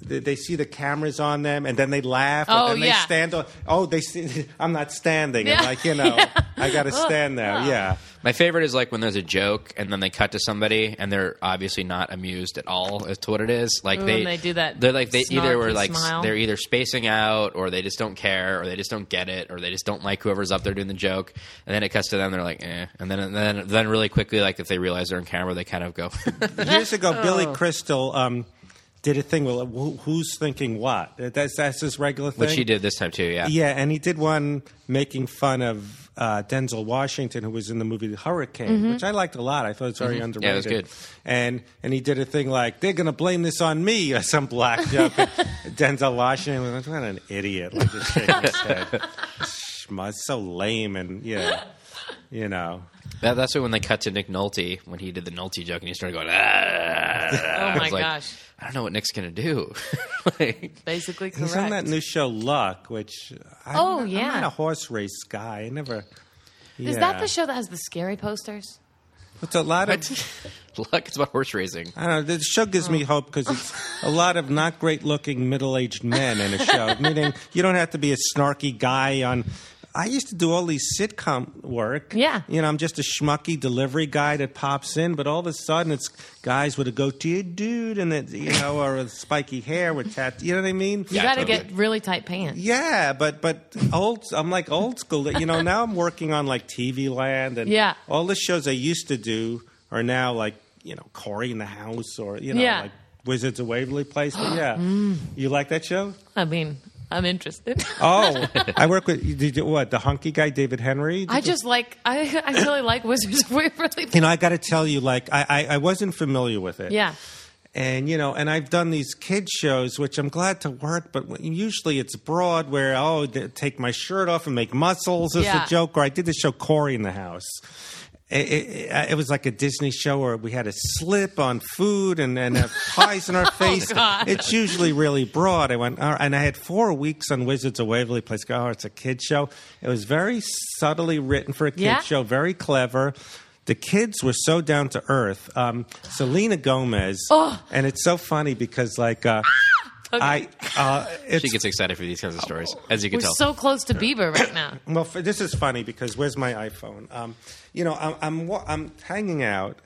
S6: they, they see the cameras on them and then they laugh
S4: Oh,
S6: and then
S4: yeah.
S6: they stand on oh they see I'm not standing
S4: Yeah. Oh.
S6: and like you know I got to stand now yeah
S3: My favorite is like when there's a joke and then they cut to somebody and they're obviously not amused at all as to what it is. Like
S4: Ooh,
S3: they,
S4: and they do that
S3: They're like they either were
S4: snarky
S3: like s-
S4: smile.
S3: they're either spacing out or they just don't care or they just don't get it or they just don't like whoever's up there doing the joke. And then it cuts to them, they're like, eh. And then and then then really quickly, like if they realize they're on camera, they kind of go.
S6: years ago Billy
S4: Oh.
S6: Crystal um, did a thing well who, who's thinking what that's that's his regular thing
S3: Which she did this time too. Yeah.
S6: yeah and he did one making fun of uh, Denzel Washington who was in the movie The Hurricane
S4: Mm-hmm.
S6: which I liked a lot I thought it was very
S3: Yeah, it
S6: underrated
S3: was good.
S6: and and he did a thing like they're gonna blame this on me or some black joke. And Denzel Washington was like, "What an idiot!" Like just shaking his head. Schmutz, so lame, and yeah, you know,
S3: That, that's when they cut to Nick Nolte when he did the Nolte joke and he started going. Ah.
S4: Oh
S3: I was
S4: my
S3: like,
S4: gosh!
S3: I don't know what Nick's gonna do. like,
S4: Basically correct.
S6: he's on that new show Luck, which I'm,
S4: Oh,
S6: not- I'm
S4: yeah.
S6: not a horse race guy. I never.
S4: Is that the show that has the scary posters?
S6: It's a lot of.
S3: luck. It's about horse racing.
S6: I don't know. The show gives me hope because it's a lot of not great looking middle aged men in a show. Meaning, you don't have to be a snarky guy on. I used to do all these sitcom work.
S4: Yeah.
S6: You know, I'm just a schmucky delivery guy that pops in, but all of a sudden it's guys with a goatee, dude, and it, you know, or a spiky hair with tat. You know what I mean?
S4: You got to
S3: totally.
S4: get really tight pants.
S6: Yeah, but but old. I'm like old school. You know, now I'm working on like TV Land and
S4: Yeah.
S6: all the shows I used to do are now like you know Corey in the House or you know
S4: Yeah. Mm.
S6: like Wizards of Waverly Place. But yeah, you like that show?
S4: I mean, I'm interested.
S6: Oh, I work with you did you- what the hunky guy David Henry.
S4: I just like I, I really like Wizards of Waverly.
S6: you know, I got to tell you, like I, I I wasn't familiar with it.
S4: Yeah,
S6: and you know, and I've done these kids shows, which I'm glad to work, but when- usually it's broad where oh, they take my shirt off and make muscles is
S4: Yeah.
S6: a joke. Or I did the show Corey in the House. It, it, it was like a Disney show where we had a slip on food and, and have pies in our face.
S4: Oh, God.
S6: it's usually really broad. I went, all right, and I had four weeks on Wizards of Waverly Place. Go, oh, it's a kid show. It was very subtly written for a kid
S4: Yeah.
S6: show, very clever. The kids were so down to earth. Um, Selena Gomez, and it's so funny because like uh, I, uh, it's,
S3: She gets excited for these kinds of stories, as you can
S4: we're
S3: tell.
S4: so close to Bieber right now.
S6: well, f this is funny because where's my iPhone? Um, you know, I'm, I'm wa- I'm hanging out.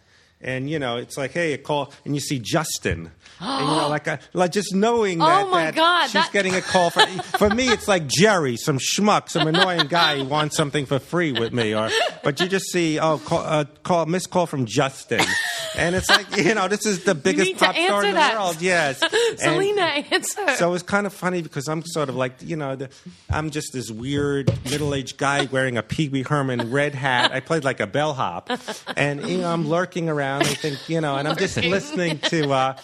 S6: And you know, it's like, hey, a call, and you see Justin, and you know, like, a, like just knowing
S4: Oh
S6: that,
S4: my
S6: that
S4: God,
S6: she's
S4: that-
S6: getting a call for. for me, it's like Jerry, some schmuck, some annoying guy who wants something for free with me, or but you just see, oh, call, uh, call, missed call from Justin, and it's like, you know, this is the biggest
S4: need to
S6: pop star
S4: answer
S6: in the
S4: that.
S6: world, yes, And-
S4: Selena, answer.
S6: so it was kind of funny because I'm sort of like, you know, the, I'm just this weird middle aged guy wearing a Pee Wee Herman red hat. I played like a bellhop. And, you know, I'm lurking around. I think, you know, and I'm just listening to uh,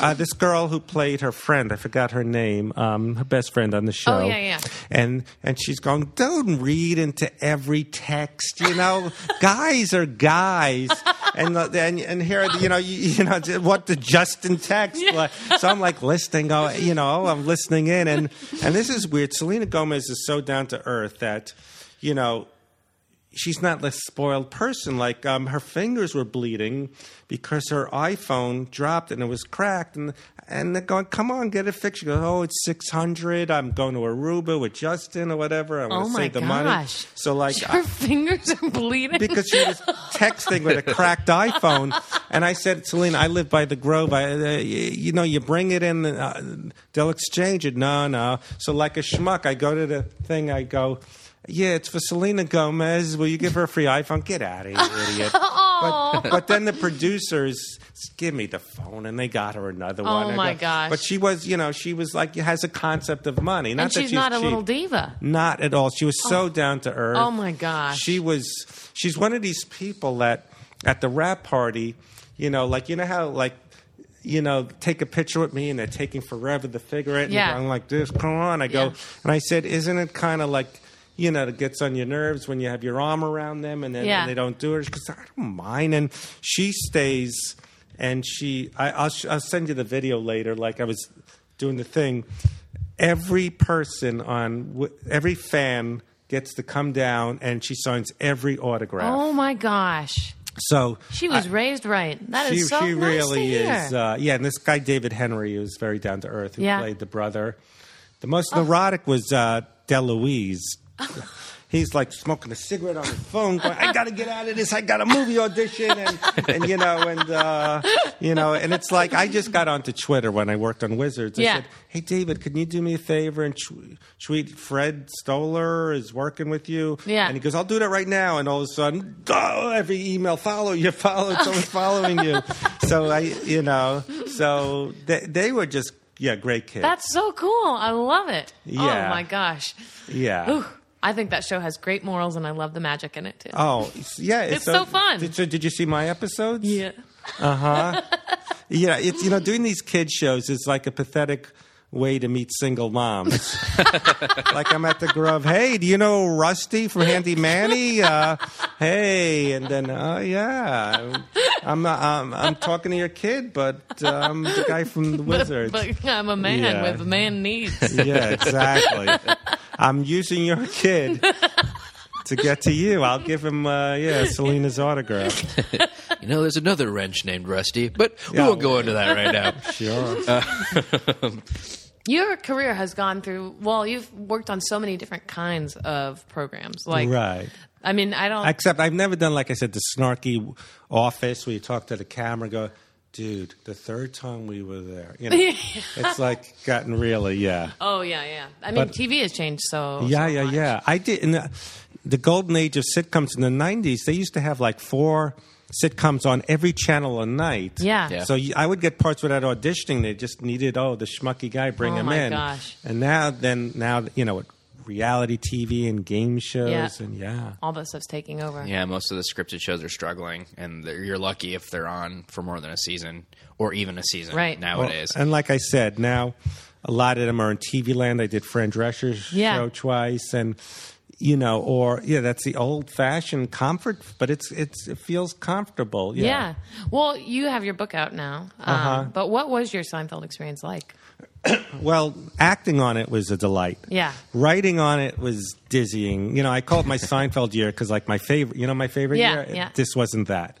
S6: uh, this girl who played her friend. I forgot her name, um, her best friend on the show.
S4: Oh, yeah, yeah.
S6: And, and she's going, don't read into every text, you know, guys are guys. And, the- and and here you know you, you know what the Justin text like. so I'm like listening oh you know I'm listening in and and this is weird Selena Gomez is so down to earth that you know she's not a spoiled person. Like um, her fingers were bleeding because her iPhone dropped and it was cracked. And and they're going, come on, get it fixed. She goes, oh, it's six hundred. I'm going to Aruba with Justin or whatever. I want
S4: Oh
S6: to
S4: my
S6: save the money.
S4: gosh.
S6: So like.
S4: Her fingers are bleeding.
S6: because she was texting with a cracked iPhone, and I said, "Selena, I live by the Grove. I, uh, y- you know, you bring it in, uh, they'll exchange it." No, no. So like a schmuck, I go to the thing. I go, "Yeah, it's for Selena Gomez. Will you give her a free iPhone? Get out of here, idiot!" but, but then the producers give me the phone, and they got her another
S4: Oh
S6: one. I
S4: my
S6: go-
S4: gosh.
S6: But she was, you know, she was like has a concept of money. Not
S4: and
S6: that
S4: she's not a
S6: cheap.
S4: little diva.
S6: Not at all. She was so down to earth.
S4: Oh my gosh.
S6: She was. She's one of these people that at the rap party, you know, like you know how like. You know, take a picture with me, and they're taking forever to figure it. And
S4: Yeah.
S6: I'm like, this, come on. I go,
S4: Yeah.
S6: and I said, isn't it kind of like, you know, it gets on your nerves when you have your arm around them and then
S4: Yeah.
S6: and they don't do it? Because I don't mind. And she stays, and she, I, I'll, sh- I'll send you the video later. Like I was doing the thing. Every person on, w- every fan gets to come down, and she signs every autograph.
S4: Oh my gosh.
S6: So
S4: She was raised right. That is
S6: she,
S4: so
S6: she
S4: nice
S6: really
S4: to hear.
S6: is. Uh, yeah, and this guy David Henry was very down to earth, who
S4: Yeah. Oh.
S6: played the brother. The most neurotic was uh, DeLuise. He's like smoking a cigarette on his phone, going, "I got to get out of this. I got a movie audition," and, and you know, and uh, you know, and it's like I just got onto Twitter when I worked on Wizards. I
S4: Yeah.
S6: said, "Hey, David, can you do me a favor and tw- tweet Fred Stoller is working with you?"
S4: Yeah.
S6: and he goes, "I'll do that right now," and all of a sudden, oh, every email follow you follow someone's following you. So I, you know, so they, they were just yeah, great kids.
S4: That's so cool. I love it.
S6: Yeah.
S4: Oh my gosh.
S6: yeah.
S4: Ooh, I think that show has great morals, and I love the magic in it too.
S6: Oh, it's- yeah.
S4: It's so fun.
S6: Did, so did you see my episodes?
S4: yeah.
S6: Yeah, it's you know doing these kid shows is like a pathetic way to meet single moms. like I'm at the Grove. Hey, do you know Rusty from Handy Manny? Uh, hey, and then oh yeah, I'm I'm, I'm talking to your kid, but um, the guy from the Wizards.
S4: But I'm a man
S6: Yeah.
S4: with man needs.
S6: yeah, exactly. I'm using your kid. To get to you, I'll give him, uh, yeah, Selena's autograph.
S3: you know, there's another wrench named Rusty, but we
S6: Yeah.
S3: won't go into that right now.
S6: Sure.
S4: Your career has gone through, well, you've worked on so many different kinds of programs. Like,
S6: right.
S4: I mean, I don't.
S6: Except I've never done, like I said, the snarky office where you talk to the camera, go, dude, the third time we were there. You know, it's like gotten really, yeah.
S4: oh, yeah, yeah. I mean,
S6: But-
S4: TV has changed so. so
S6: yeah, yeah,
S4: much.
S6: yeah. I did in the, the golden age of sitcoms in the '90s. They used to have like four sitcoms on every channel a night.
S4: Yeah. Yeah.
S6: So you, I would get parts without auditioning. They just needed oh the schmucky guy bring
S4: Oh,
S6: him
S4: my
S6: in.
S4: gosh.
S6: And now then now you know reality TV and game shows
S4: Yeah.
S6: and yeah.
S4: All that stuff's taking over.
S3: Yeah, most of the scripted shows are struggling, and they're- you're lucky if they're on for more than a season or even a season
S4: Right.
S3: nowadays.
S6: Well, and like I said, now a lot of them are in TV land. I did Fran Drescher's
S4: Yeah.
S6: show twice, and you know, or yeah, that's the old fashioned comfort, but it's it's it feels comfortable. Yeah.
S4: Yeah. Well, you have your book out now. Um,
S6: Uh-huh.
S4: But what was your Seinfeld experience like?
S6: Well, acting on it was a delight.
S4: Yeah.
S6: Writing on it was dizzying. You know, I call it my Seinfeld year because, like, my favorite. You know, my favorite
S4: Yeah,
S6: year.
S4: yeah.
S6: This wasn't that.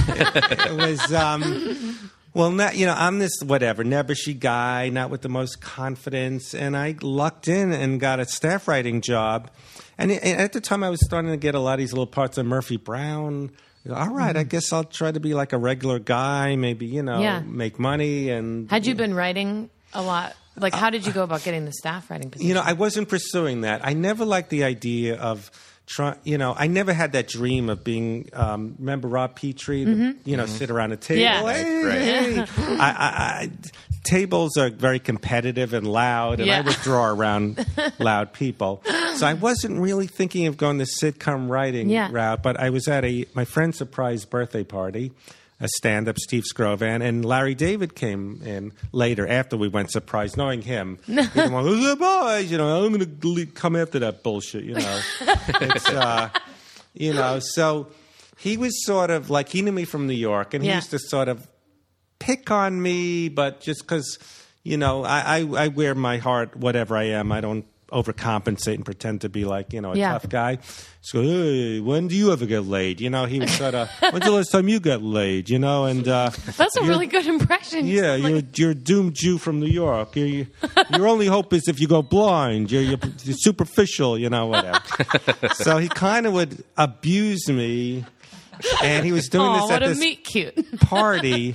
S6: it was. um well, not, you know, I'm this whatever nebbishy guy, not with the most confidence, and I lucked in and got a staff writing job. And, and at the time, I was starting to get a lot of these little parts of Murphy Brown. All right, I guess I'll try to be like a regular guy, maybe you know,
S4: Mm-hmm. Yeah.
S6: make money and
S4: Had you been writing a lot? Like, how did you go about getting the staff writing position?
S6: you know, I wasn't pursuing that. I never liked the idea of trying. You know, I never had that dream of being. Um, remember Rob Petrie? The- you know, sit around a
S4: Mm-hmm.
S6: table.
S4: Yeah. Right,
S6: Hey,
S3: right.
S6: hey. I, I, I, tables are very competitive and loud, and I
S4: Yeah.
S6: withdraw around loud people. So I wasn't really thinking of going the sitcom writing
S4: Yeah.
S6: route. But I was at a my friend's surprise birthday party. A stand-up, Steve Scrovan, and Larry David came in later after we went surprise, knowing him. He didn't want, "Oh, the boys, you know, I'm going to come after that bullshit, you know. it's, uh, you know, so he was sort of like he knew me from New York, and he
S4: Yeah.
S6: used to sort of pick on me, but just because you know I, I I wear my heart whatever I am, I don't overcompensate and pretend to be like you know a
S4: Yeah.
S6: tough guy. So hey, when do you ever get laid? You know, he was sort of when's the last time you got laid? You know, and uh,
S4: That's a
S6: you're-
S4: really good impression.
S6: yeah, you're you're a doomed Jew from New York. You're, you your only hope is if you go blind. You're, you're, you're superficial, you know, whatever. so he kind of would abuse me, and he was doing
S4: Aw,
S6: this
S4: what
S6: at
S4: a
S6: this
S4: meat cute.
S6: party.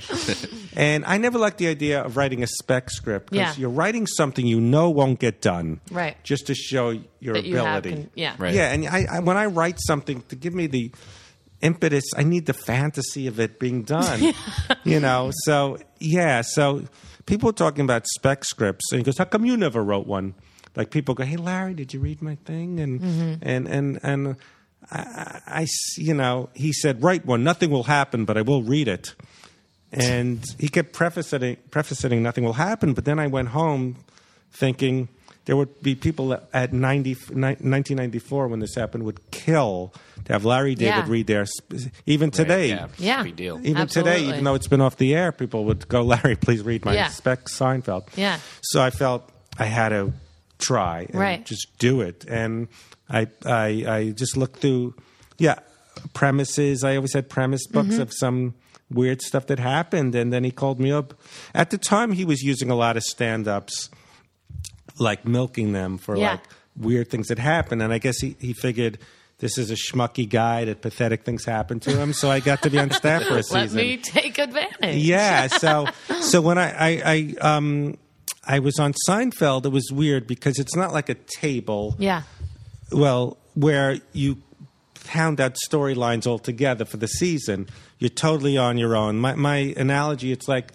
S6: and I never liked the idea of writing a spec script
S4: Yeah.
S6: because you're writing something you know won't get done,
S4: Right.
S6: Just to show your
S4: That
S6: ability,
S4: you have con- yeah.
S3: Right.
S6: yeah, and I, I when I write something to give me the impetus, I need the fantasy of it being done. you know, so yeah, so people are talking about spec scripts and he goes, How come you never wrote one? Like people go, Hey Larry, did you read my thing? And and and and I- I, I s- you know, he said, Write one, nothing will happen, but I will read it. And he kept prefacing, prefacing nothing will happen. But then I went home thinking there would be people at 90, 1994 when this happened would kill to have Larry David
S4: Yeah.
S6: read their, sp- even today.
S3: yeah, it's a
S4: Yeah.
S3: big deal.
S6: Even today,
S4: Absolutely.
S6: even though it's been off the air, people would go, Larry, please read my
S4: Yeah.
S6: spec Seinfeld.
S4: Yeah.
S6: So I felt I had to try and
S4: Right.
S6: just do it. And I, I, I just looked through, yeah, premises. I always had premise books
S4: Mm-hmm.
S6: of some weird stuff that happened. And then he called me up. At the time, he was using a lot of stand ups, like milking them for
S4: Yeah.
S6: like weird things that happened. And I guess he, he figured. This is a schmucky guy that pathetic things happen to him. So I got to be on staff for a season.
S4: Let me take advantage.
S6: Yeah. So so when I, I, I um I was on Seinfeld, it was weird because it's not like a table.
S4: Yeah.
S6: Well, where you pound out storylines altogether for the season. You're totally on your own. My my analogy, it's like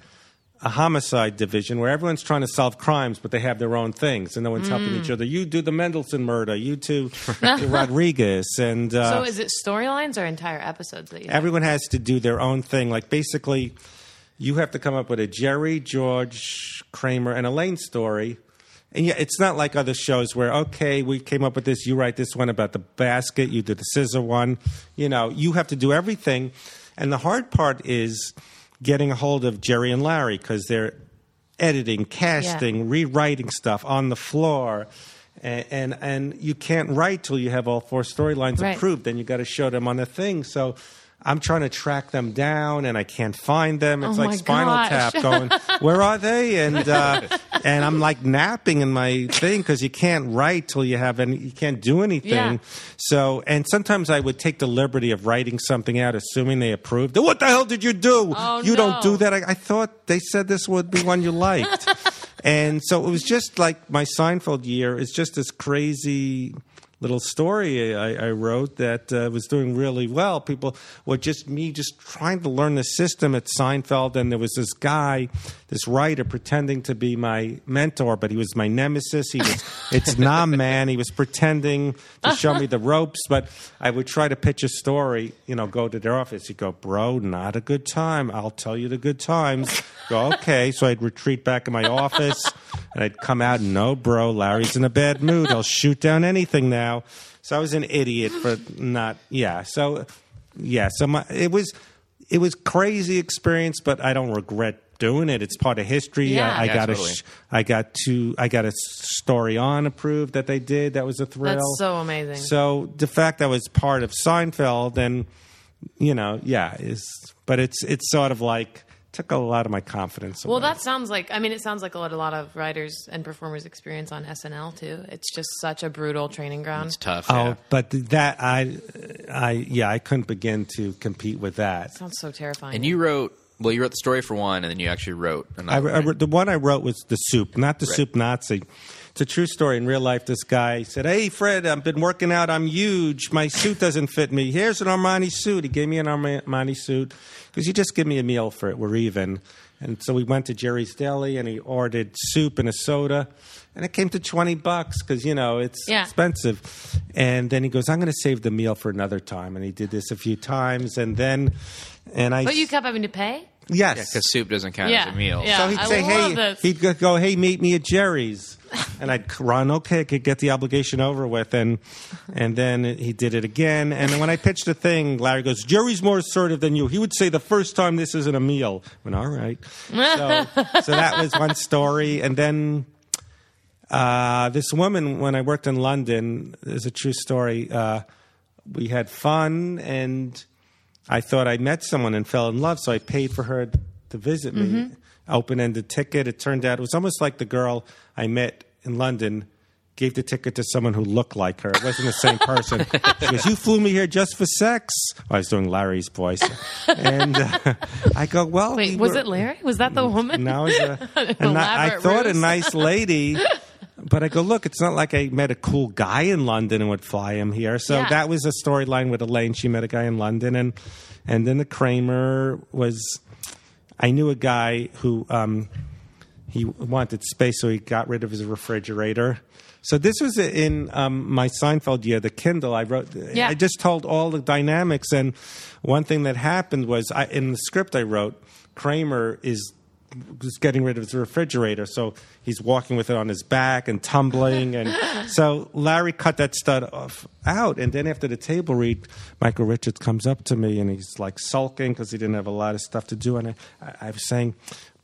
S6: a homicide division where everyone's trying to solve crimes, but they have their own things, and no one's helping
S4: Mm.
S6: each other. You do the Mendelssohn murder. You do the Rodriguez, and uh,
S4: So is it storylines or entire episodes that you have?
S6: everyone has to do their own thing. Like basically, you have to come up with a Jerry, George, Kramer, and Elaine story. And yeah, it's not like other shows where okay, we came up with this. You write this one about the basket. You do the scissor one. You know, you have to do everything. And the hard part is getting a hold of Jerry and Larry because they're editing, casting, rewriting stuff on the floor. And, and and you can't write till you have all four storylines
S4: Right.
S6: approved. Then you got to show them on the thing. So I'm trying to track them down and I can't find them. It's
S4: Oh my
S6: like Spinal
S4: gosh.
S6: Tap going, where are they? And uh, and I'm like napping in my thing because you can't write till you have any, you can't do anything.
S4: Yeah.
S6: So and sometimes I would take the liberty of writing something out, assuming they approved. What the hell did you do?
S4: Oh,
S6: you don't
S4: no.
S6: do that. I, I thought they said this would be one you liked. and so it was just like my Seinfeld year. It's just this crazy little story I, I wrote that uh, was doing really well. People were just me just trying to learn the system at Seinfeld. And there was this guy, this writer, pretending to be my mentor, but he was my nemesis. He was, it's Nam Man. He was pretending to show me the ropes, but I would try to pitch a story, you know, go to their office. He'd go, bro, not a good time. I'll tell you the good times. Go, okay. So I'd retreat back in my office and I'd come out, no, bro, Larry's in a bad mood. I'll shoot down anything now. So I was an idiot for not, yeah. So, yeah. So my, it was, it was crazy experience, but I don't regret doing it. It's part of history.
S4: Yeah.
S6: I, I
S4: Yeah,
S6: got
S3: totally.
S6: a, sh- I got two. I got a story on approved that they did. That was a thrill.
S4: That's so amazing.
S6: So the fact that was part of Seinfeld, and you know, yeah, is but it's it's sort of like took a lot of my confidence.
S4: Well,
S6: away.
S4: that sounds like I mean, it sounds like what a lot of writers and performers experience on SNL too. It's just such a brutal training ground.
S3: It's tough.
S6: oh,
S3: yeah.
S6: but that I, I yeah, I couldn't begin to compete with that.
S4: sounds so terrifying.
S3: And you wrote well, you wrote the story for one, and then you actually wrote
S6: I,
S3: another.
S6: I-
S3: one.
S6: the one I wrote was the soup, not the
S3: Right.
S6: soup Nazi. It's a true story. In real life, this guy said, "Hey, Fred, I've been working out. I'm huge. My suit doesn't fit me. Here's an Armani suit." He gave me an Arma- Armani suit because you just give me a meal for it. We're even. And so we went to Jerry's Deli, and he ordered soup and a soda, and it came to twenty bucks because you know it's
S4: Yeah.
S6: expensive. And then he goes, "I'm going to save the meal for another time." And he did this a few times, and then, and I,
S4: but you kept having to pay.
S6: yes,
S3: because soup doesn't count
S4: Yeah,
S3: as a meal.
S4: yeah.
S6: so he'd
S4: I
S6: say,
S4: love
S6: "Hey,"
S4: this.
S6: he'd go- go, "Hey, meet me at Jerry's," and I'd run. Okay, I could get the obligation over with, and and then he did it again. And then when I pitched the thing, Larry goes, "Jerry's more assertive than you." He would say the first time this isn't a meal. I went, "All right." So, so that was one story, and then. Uh, this woman, when I worked in London, is a true story. Uh, we had fun, and I thought I met someone and fell in love, so I paid for her to visit me.
S4: Mm-hmm.
S6: Open ended ticket. It turned out it was almost like the girl I met in London gave the ticket to someone who looked like her. It wasn't the same person. she goes, You flew me here just for sex. I was doing Larry's voice. And uh, I go, Well,
S4: Wait,
S6: we
S4: was
S6: were- Mm,
S4: it Larry? Was that the woman?
S6: now it's a, and I, I
S4: Elaborate
S6: thought
S4: ruse.
S6: a nice lady, but I go, look, it's not like I met a cool guy in London and would fly him here. So
S4: Yeah.
S6: that was a storyline with Elaine. She met a guy in London, and and then the Kramer was. I knew a guy who um, he wanted space, so he got rid of his refrigerator. So this was in um, my Seinfeld year, the Kindle. I wrote.
S4: Yeah.
S6: I just told all the dynamics, and one thing that happened was I, in the script I wrote, Kramer is is getting rid of his refrigerator, so he's walking with it on his back and tumbling, and so Larry cut that stud off out, and then after the table read, Michael Richards comes up to me and he's like sulking because he didn't have a lot of stuff to do, and I, I, I was saying.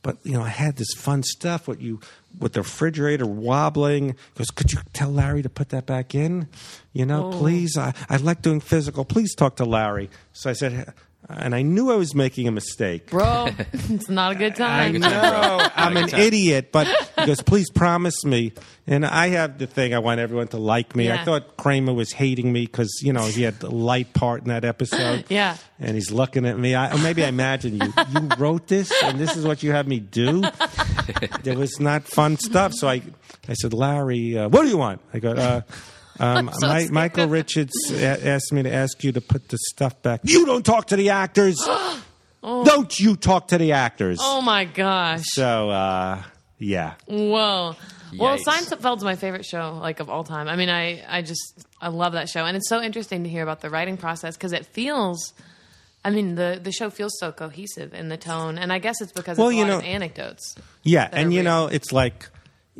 S6: But you know, I had this fun stuff with you with the refrigerator wobbling. He goes, could you tell Larry to put that back in? You know, please. I, I like doing physical. Please talk to Larry. So I said, and I knew I was making a mistake.
S4: Bro, it's not a good
S6: I
S4: time.
S6: know I'm an
S3: time.
S6: idiot, but he goes, please promise me. And I have the thing I want everyone to like me.
S4: Yeah.
S6: I thought Kramer was hating me because you know he had a light part in that episode.
S4: Yeah.
S6: and he's looking at me. I, or maybe I imagine you. You wrote this, and this is what you have me do. There was not fun stuff. So I, I said, Larry, uh, what do you want? I go. Uh, um,
S4: so
S6: Mi-
S4: scared.
S6: Michael Richards a- asked me to ask you to put the stuff back. You don't talk to the actors. Don't you talk to the actors.
S4: Oh my gosh.
S6: So uh, yeah,
S4: Whoa. Well,
S3: Yikes.
S4: Seinfeld's my favorite show, like of all time. I mean, I, I just I love that show, and it's so interesting to hear about the writing process because it feels, I mean, the the show feels so cohesive in the tone, and I guess it's because
S6: Well,
S4: it's a
S6: you
S4: lot of
S6: know-
S4: anecdotes.
S6: yeah,
S4: That are
S6: and you
S4: real.
S6: know it's like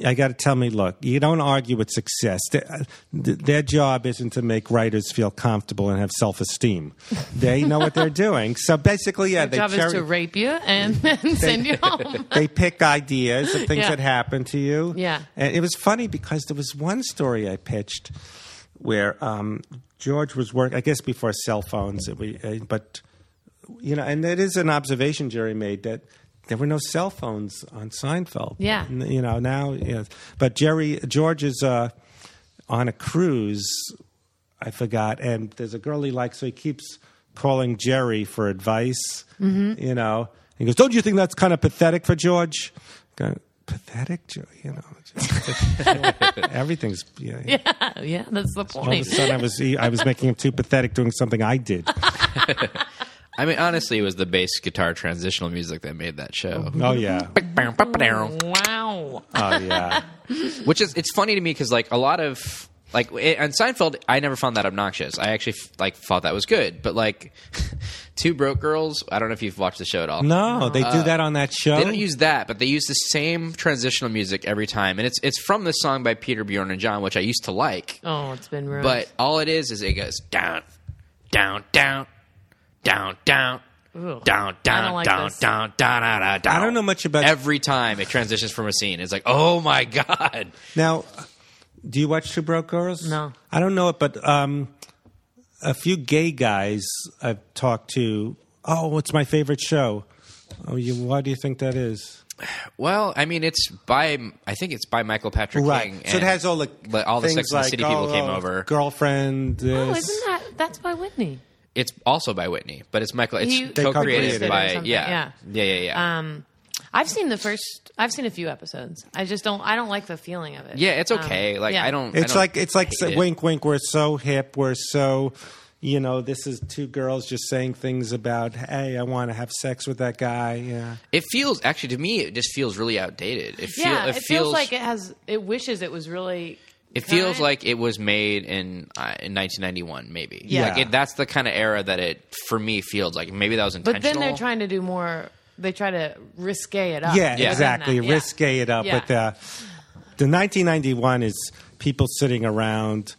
S6: I got to tell me, look, you don't argue with success. Th- uh, th- Their job isn't to make writers feel comfortable and have self esteem. They know what they're doing. So basically, yeah,
S4: The job
S6: they
S4: is to
S6: cherry-
S4: rape you and then send you home.
S6: they pick ideas of things
S4: Yeah.
S6: that happen to you.
S4: Yeah.
S6: And it was funny because there was one story I pitched where um, George was working, I guess before cell phones, it, we, uh, but you know, and it is an observation Jerry made that there were no cell phones on Seinfeld.
S4: Yeah.
S6: N- you know now, you know, but Jerry George is uh, on a cruise. I forgot, and there's a girl he likes, so he keeps calling Jerry for advice. You know, he goes, "Don't you think that's kind of pathetic for George?" Go, pathetic, Joe. You know, everything's. Yeah, yeah.
S4: yeah, that's the
S6: All of a
S4: point.
S6: sudden, I was I was making him too pathetic doing something I did.
S3: I mean, honestly, it was the bass guitar transitional music that made that show.
S6: Oh yeah.
S4: Wow.
S6: Oh yeah.
S3: Which is it's funny to me because like a lot of like it, on Seinfeld, I never found that obnoxious. I actually like thought that was good. But like Two Broke Girls, I don't know if you've watched the show at all.
S6: No, they do that on that show.
S3: uh, They don't use that, but they use the same transitional music every time, and it's it's from this song by Peter Bjorn and John, which I used to like.
S4: Oh, it's been ruined.
S3: But all it is is it goes down, down, down, down, down.
S4: Ooh.
S3: Down, down,
S4: like
S3: down,
S4: this.
S3: down, down, down, down, down.
S6: I don't know much about-
S3: Every time it transitions from a scene, it's like, oh my god!
S6: now, do you watch Two Broke Girls?
S4: No.
S6: I don't know it, but um, a few gay guys I've talked to. Oh, what's my favorite show? Oh, you, why do you think that is?
S3: Well, I mean, it's by I think it's by Michael Patrick King.
S6: So it
S3: and
S6: has all the
S3: like, all the
S6: things
S3: Sex and the
S6: like,
S3: City people
S6: oh,
S3: came
S6: oh,
S3: over.
S6: Girlfriend.
S4: oh,
S6: This.
S4: isn't that that's by Whitney?
S3: It's also by Whitney, but it's Michael. It's
S4: He- They
S3: co-created
S6: co-created it or
S3: by
S4: something,
S3: yeah, yeah, yeah, yeah.
S4: Um, I've seen the first. I've seen a few episodes. I just don't. I don't like the feeling of it.
S3: Yeah, it's
S4: Um,
S3: okay. like
S4: yeah.
S3: I don't. I
S6: It's
S3: don't
S6: like it's like
S3: hate
S6: so-
S3: it.
S6: wink, wink. We're so hip. We're so, you know, this is two girls just saying things about, hey, I want to have sex with that guy. Yeah,
S3: It feels actually to me, it just feels really outdated. It, feel,
S4: Yeah,
S3: it,
S4: it, feels like it has. It wishes it was really.
S3: It feels
S4: kind.
S3: like it was made in uh, in 1991, maybe.
S4: Yeah.
S3: Like it, that's the kind of era that it for me feels like. Maybe that was intentional.
S4: But then they're trying to do more. They try to risque it up.
S6: yeah,
S4: They've done
S6: exactly.
S4: that, yeah.
S6: Risque it up,
S4: Yeah.
S6: but uh, the 1991 is people sitting around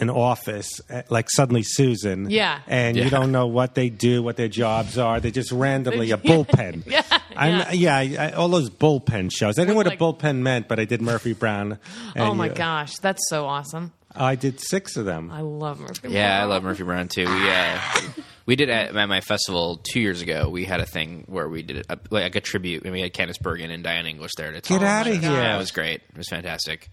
S6: an office uh, like suddenly Susan.
S4: Yeah.
S6: and
S3: Yeah.
S6: you don't know what they do, what their jobs are. They just randomly a bullpen.
S4: Yeah, yeah.
S6: I'm, yeah. I, I, all those bullpen shows. I didn't know what
S4: Like-
S6: a bullpen meant, but I did Murphy Brown.
S4: Oh
S6: and
S4: my
S6: you-
S4: gosh, that's so awesome!
S6: I did six of them.
S4: I love Murphy.
S3: Yeah, I
S4: Brown.
S3: love Murphy Brown too. We uh, we did at, at my festival two years ago. We had a thing where we did a, like a tribute, and we had Candice Bergen and Diane English there to talk.
S6: outta
S3: about it.
S6: here.
S3: Yeah, it was great. It was fantastic.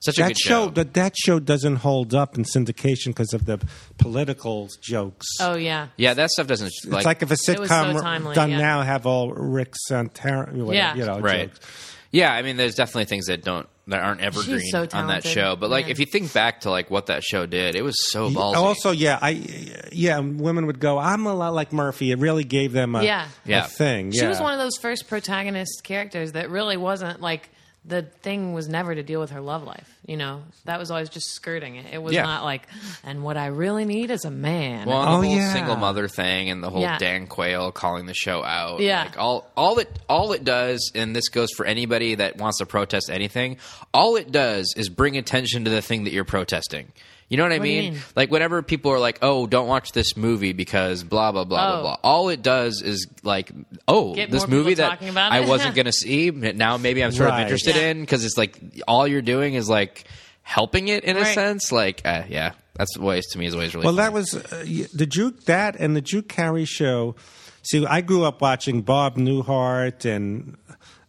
S3: Such a
S6: that
S3: good
S6: show,
S3: show.
S6: that that show doesn't hold up in syndication because of the political jokes.
S4: Oh yeah.
S3: yeah, that stuff doesn't
S6: it's like, if a
S4: was
S6: sitcom
S4: so timely,
S6: done
S4: yeah.
S6: now have all Rick Santana,
S4: Yeah.
S6: you know,
S3: right.
S6: jokes.
S3: Yeah, I mean, there's definitely things that don't that aren't evergreen
S4: so
S3: on that
S4: talented.
S3: show. But like,
S4: Yeah.
S3: if you think back to like what that show did, it was so ballsy.
S6: Also, yeah, I yeah, women would go. I'm a lot like Murphy. It really gave them a,
S4: Yeah.
S6: a
S3: Yeah.
S6: thing. Yeah,
S4: She was one of those first protagonist characters that really wasn't like the thing was never to deal with her love life. You know, that was always just skirting it. It was
S3: Yeah.
S4: not like, and what I really need is a man.
S3: Well, and the
S6: Oh,
S3: whole
S6: yeah.
S3: single mother thing, and the whole
S4: Yeah.
S3: Dan Quayle calling the show out.
S4: Yeah.
S3: like all all it all it does, and this goes for anybody that wants to protest anything. All it does is bring attention to the thing that you're protesting. You know what I
S4: What do you
S3: mean?
S4: mean?
S3: Like whenever people are like, "Oh, don't watch this movie because blah blah blah blah
S4: Oh.
S3: blah." All it does is like, "Oh,
S4: Get
S3: this
S4: more people
S3: movie that
S4: talking about
S3: I
S4: it.
S3: wasn't going to see, now maybe I'm sort of
S6: Right.
S3: interested
S4: Yeah.
S3: in because it's like all you're doing is like helping it in a
S4: Right.
S3: sense. Like, uh, yeah, that's always to me is always really
S6: Well,
S3: fun.
S6: that was uh, y- the Duke that and the Duke Carey show. See, I grew up watching Bob Newhart and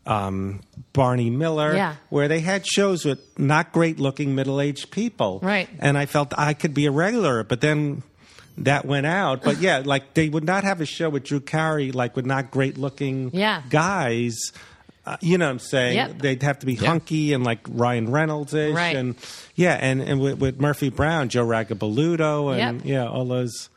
S6: um, Barney Miller,
S4: Yeah.
S6: where they had shows with not great looking middle aged people,
S4: Right.
S6: And I felt I could be a regular, but then. That went out, but yeah, like they would not have a show with Drew Carey, like with not great looking
S4: Yeah.
S6: guys. Uh, you know what I'm saying?
S4: Yep.
S6: They'd have to be hunky and like Ryan Reynolds ish,
S4: Right.
S6: and yeah, and, and with, with Murphy Brown, Joe Ragabaludo, and
S4: Yep.
S6: yeah, all those.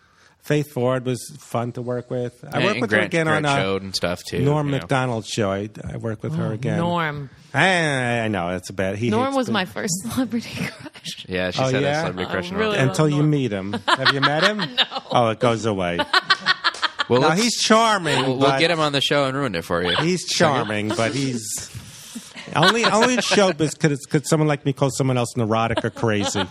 S6: Faith Ford was fun to work with. I
S3: And-
S6: worked
S3: and
S6: with
S3: Grant-
S6: her again
S3: Grant
S6: on uh,
S3: Chode and stuff too.
S6: Norm
S3: you know.
S6: McDonald's show. I, I worked with her again.
S4: Oh, Norm.
S6: I, I know that's a bad. He
S4: Norm
S6: hates
S4: was
S6: me.
S4: my first celebrity crush.
S3: Yeah, she
S6: Oh,
S3: said
S6: yeah?
S3: a celebrity
S4: I
S3: crush. on
S4: really
S3: her.
S6: Until you
S4: Norm.
S6: meet him, have you met him? no. Oh, it goes away.
S3: well,
S6: Now
S3: let's-
S6: he's charming.
S3: we'll, we'll
S6: but
S3: get him on the show and ruin it for you.
S6: He's charming, but he's only only in showbiz could could someone like me call someone else neurotic or crazy.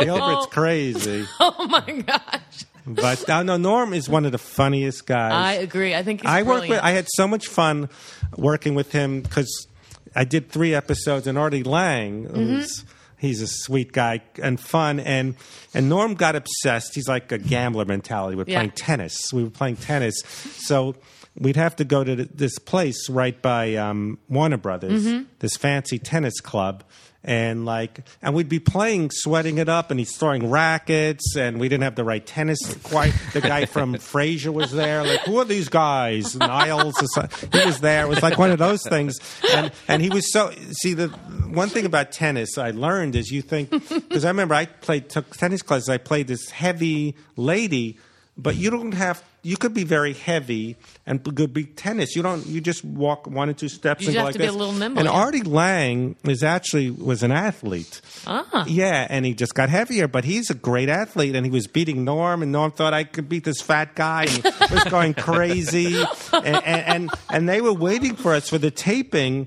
S6: Gilbert's crazy.
S4: Oh my gosh.
S6: But I know Norm is one of the funniest guys.
S4: I agree. I think he's
S6: I worked
S4: brilliant.
S6: with. I had so much fun
S4: Mm-hmm.
S6: working with him because I did three episodes, and Artie Lang, who's He's a sweet guy and fun. And and Norm got obsessed. He's like a gambler mentality. We're
S4: Yeah.
S6: playing tennis. We were playing tennis. So we'd have to go to th- this place right by um, Warner Brothers, this fancy tennis club. And like, and we'd be playing, sweating it up, and he's throwing rackets, and we didn't have the right tennis. Quite the guy from Frasier was there. Like, who are these guys? Niles, or something. he was there. It was like one of those things, and and he was so. See, the one thing about tennis I learned is you think because I remember I played took tennis classes. I played this heavy lady but you don't have you could be very heavy and b- could be tennis you don't you just walk one or two steps
S4: You
S6: and
S4: just
S6: go
S4: have
S6: like
S4: to be a
S6: this.
S4: little nimble,
S6: and
S4: yeah.
S6: artie lang is actually was an athlete ah. yeah and he just got heavier but he's a great athlete and he was beating norm and norm thought i could beat this fat guy and he was going crazy and, and, and and they were waiting for us for the taping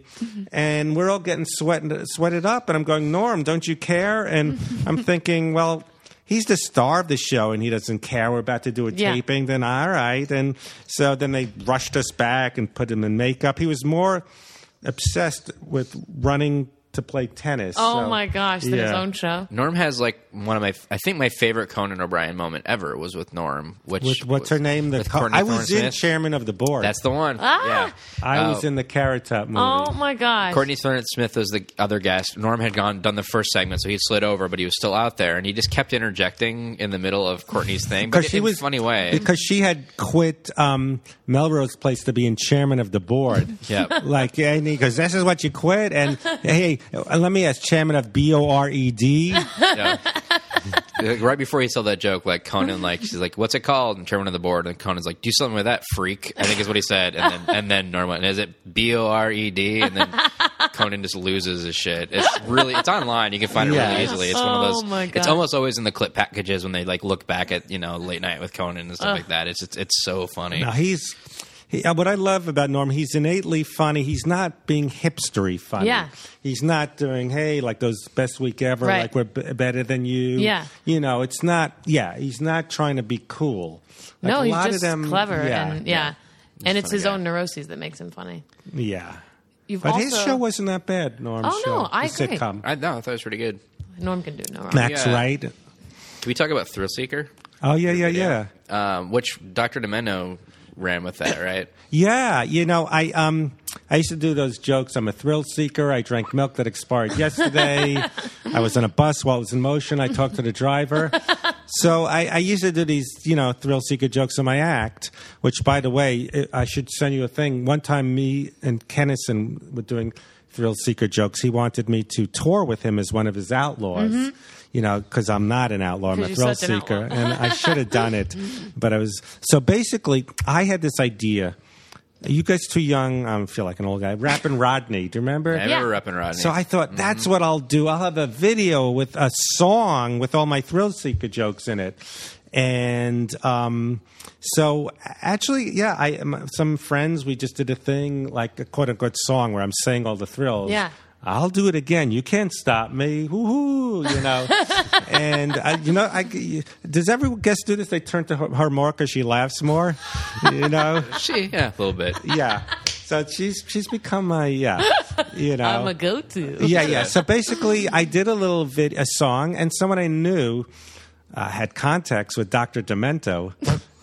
S6: and we're all getting sweat, sweated up and i'm going norm don't you care and i'm thinking well he's the star of the show and he doesn't care. We're about to do a
S4: Yeah.
S6: taping. Then, all right. And so then they rushed us back and put him in makeup. He was more obsessed with running to play tennis.
S4: Oh
S6: So,
S4: my gosh, than his
S6: yeah.
S4: own show.
S3: Norm has like one of my, I think my favorite Conan O'Brien moment ever was with Norm. Which
S6: With what's her name? The
S3: with
S6: co-
S3: Courtney
S6: I was
S3: Thorne
S6: in
S3: Smith.
S6: chairman of the board.
S3: That's the one.
S4: Ah!
S3: Yeah,
S6: I
S3: Uh,
S6: was in the Carrot Top movie.
S4: Oh my gosh.
S3: Courtney Thorne Smith was the other guest. Norm had gone done the first segment, so he slid over, but he was still out there, and he just kept interjecting in the middle of Courtney's thing, but
S6: because
S3: it-
S6: she
S3: in
S6: was
S3: a funny way.
S6: because she had quit um, Melrose Place to be in chairman of the board.
S3: Yeah.
S6: like and he goes, "This is what you quit." And hey, let me ask, chairman of B O R E D.
S3: Yeah. Like, right before he told that joke, like Conan, like she's like, "What's it called?" And Chairman of the board, and Conan's like, "Do something with that freak." I think is what he said, and then and then Norm went, "Is it B O R E D?" And then Conan just loses his shit. It's really it's online. You can find it
S6: Yeah.
S3: really easily. It's one of
S4: Oh
S3: those.
S4: my God.
S3: It's almost always in the clip packages when they like look back at you know late night with Conan and stuff like that. It's it's, it's so funny.
S6: No, he's. He, uh, what I love about Norm, he's innately funny. He's not being hipstery funny.
S4: Yeah.
S6: He's not doing, hey, like those best week ever,
S4: Right.
S6: like we're b- better than you.
S4: Yeah.
S6: You know, it's not, yeah, he's not trying to be cool. Like,
S4: no,
S6: a
S4: he's
S6: lot of
S4: just
S6: them-
S4: clever
S6: yeah,
S4: and yeah. And it's
S3: funny
S4: his
S3: guy.
S4: own neuroses that makes him funny.
S6: Yeah.
S4: You've
S6: But
S4: also,
S6: his show wasn't that bad, Norm's
S4: Oh,
S6: show.
S4: no, I
S6: the
S4: agree.
S6: Sitcom.
S3: I know. I thought it was pretty good.
S4: Norm can do no wrong.
S6: Max
S3: Yeah.
S6: Wright.
S3: Can we talk about Thrill Seeker?
S6: Oh, yeah, yeah, yeah.
S3: Um, which Dr. Demento ran with that, right?
S6: Yeah, you know, I um, I used to do those jokes. I'm a thrill seeker. I drank milk that expired yesterday. I was on a bus while it was in motion. I talked to the driver. So I, I used to do these, you know, thrill seeker jokes in my act. Which, by the way, I- I should send you a thing. One time, me and Kennison were doing thrill seeker jokes. He wanted me to tour with him as one of his outlaws. You know, because I'm not an outlaw. I'm a
S4: 'Cause Mm-hmm.
S6: thrill
S4: you're such an
S6: seeker,
S4: outlaw.
S6: and I should have done it, but I was so basically. I had this idea. You guys too young. I feel like an old guy. Rapping Rodney. Do you remember?
S3: I remember up and Rodney. Mm-hmm.
S6: So I thought that's what I'll do. I'll have a video with a song with all my thrill seeker jokes in it. And um, so, actually, yeah, I m- some friends we just did a thing like a quote unquote song where I'm saying all the thrills.
S4: Yeah.
S6: I'll do it again. You can't stop me. Woo-hoo, you know. and I, you know, I, does every guest do this? They turn to her, her more because she laughs more. You know,
S3: she, yeah, a little bit.
S6: yeah. So she's she's become my yeah. You know,
S4: I'm a go to.
S6: yeah, yeah. So basically, I did a little vid, a song, and someone I knew uh, had contacts with Dr. Demento,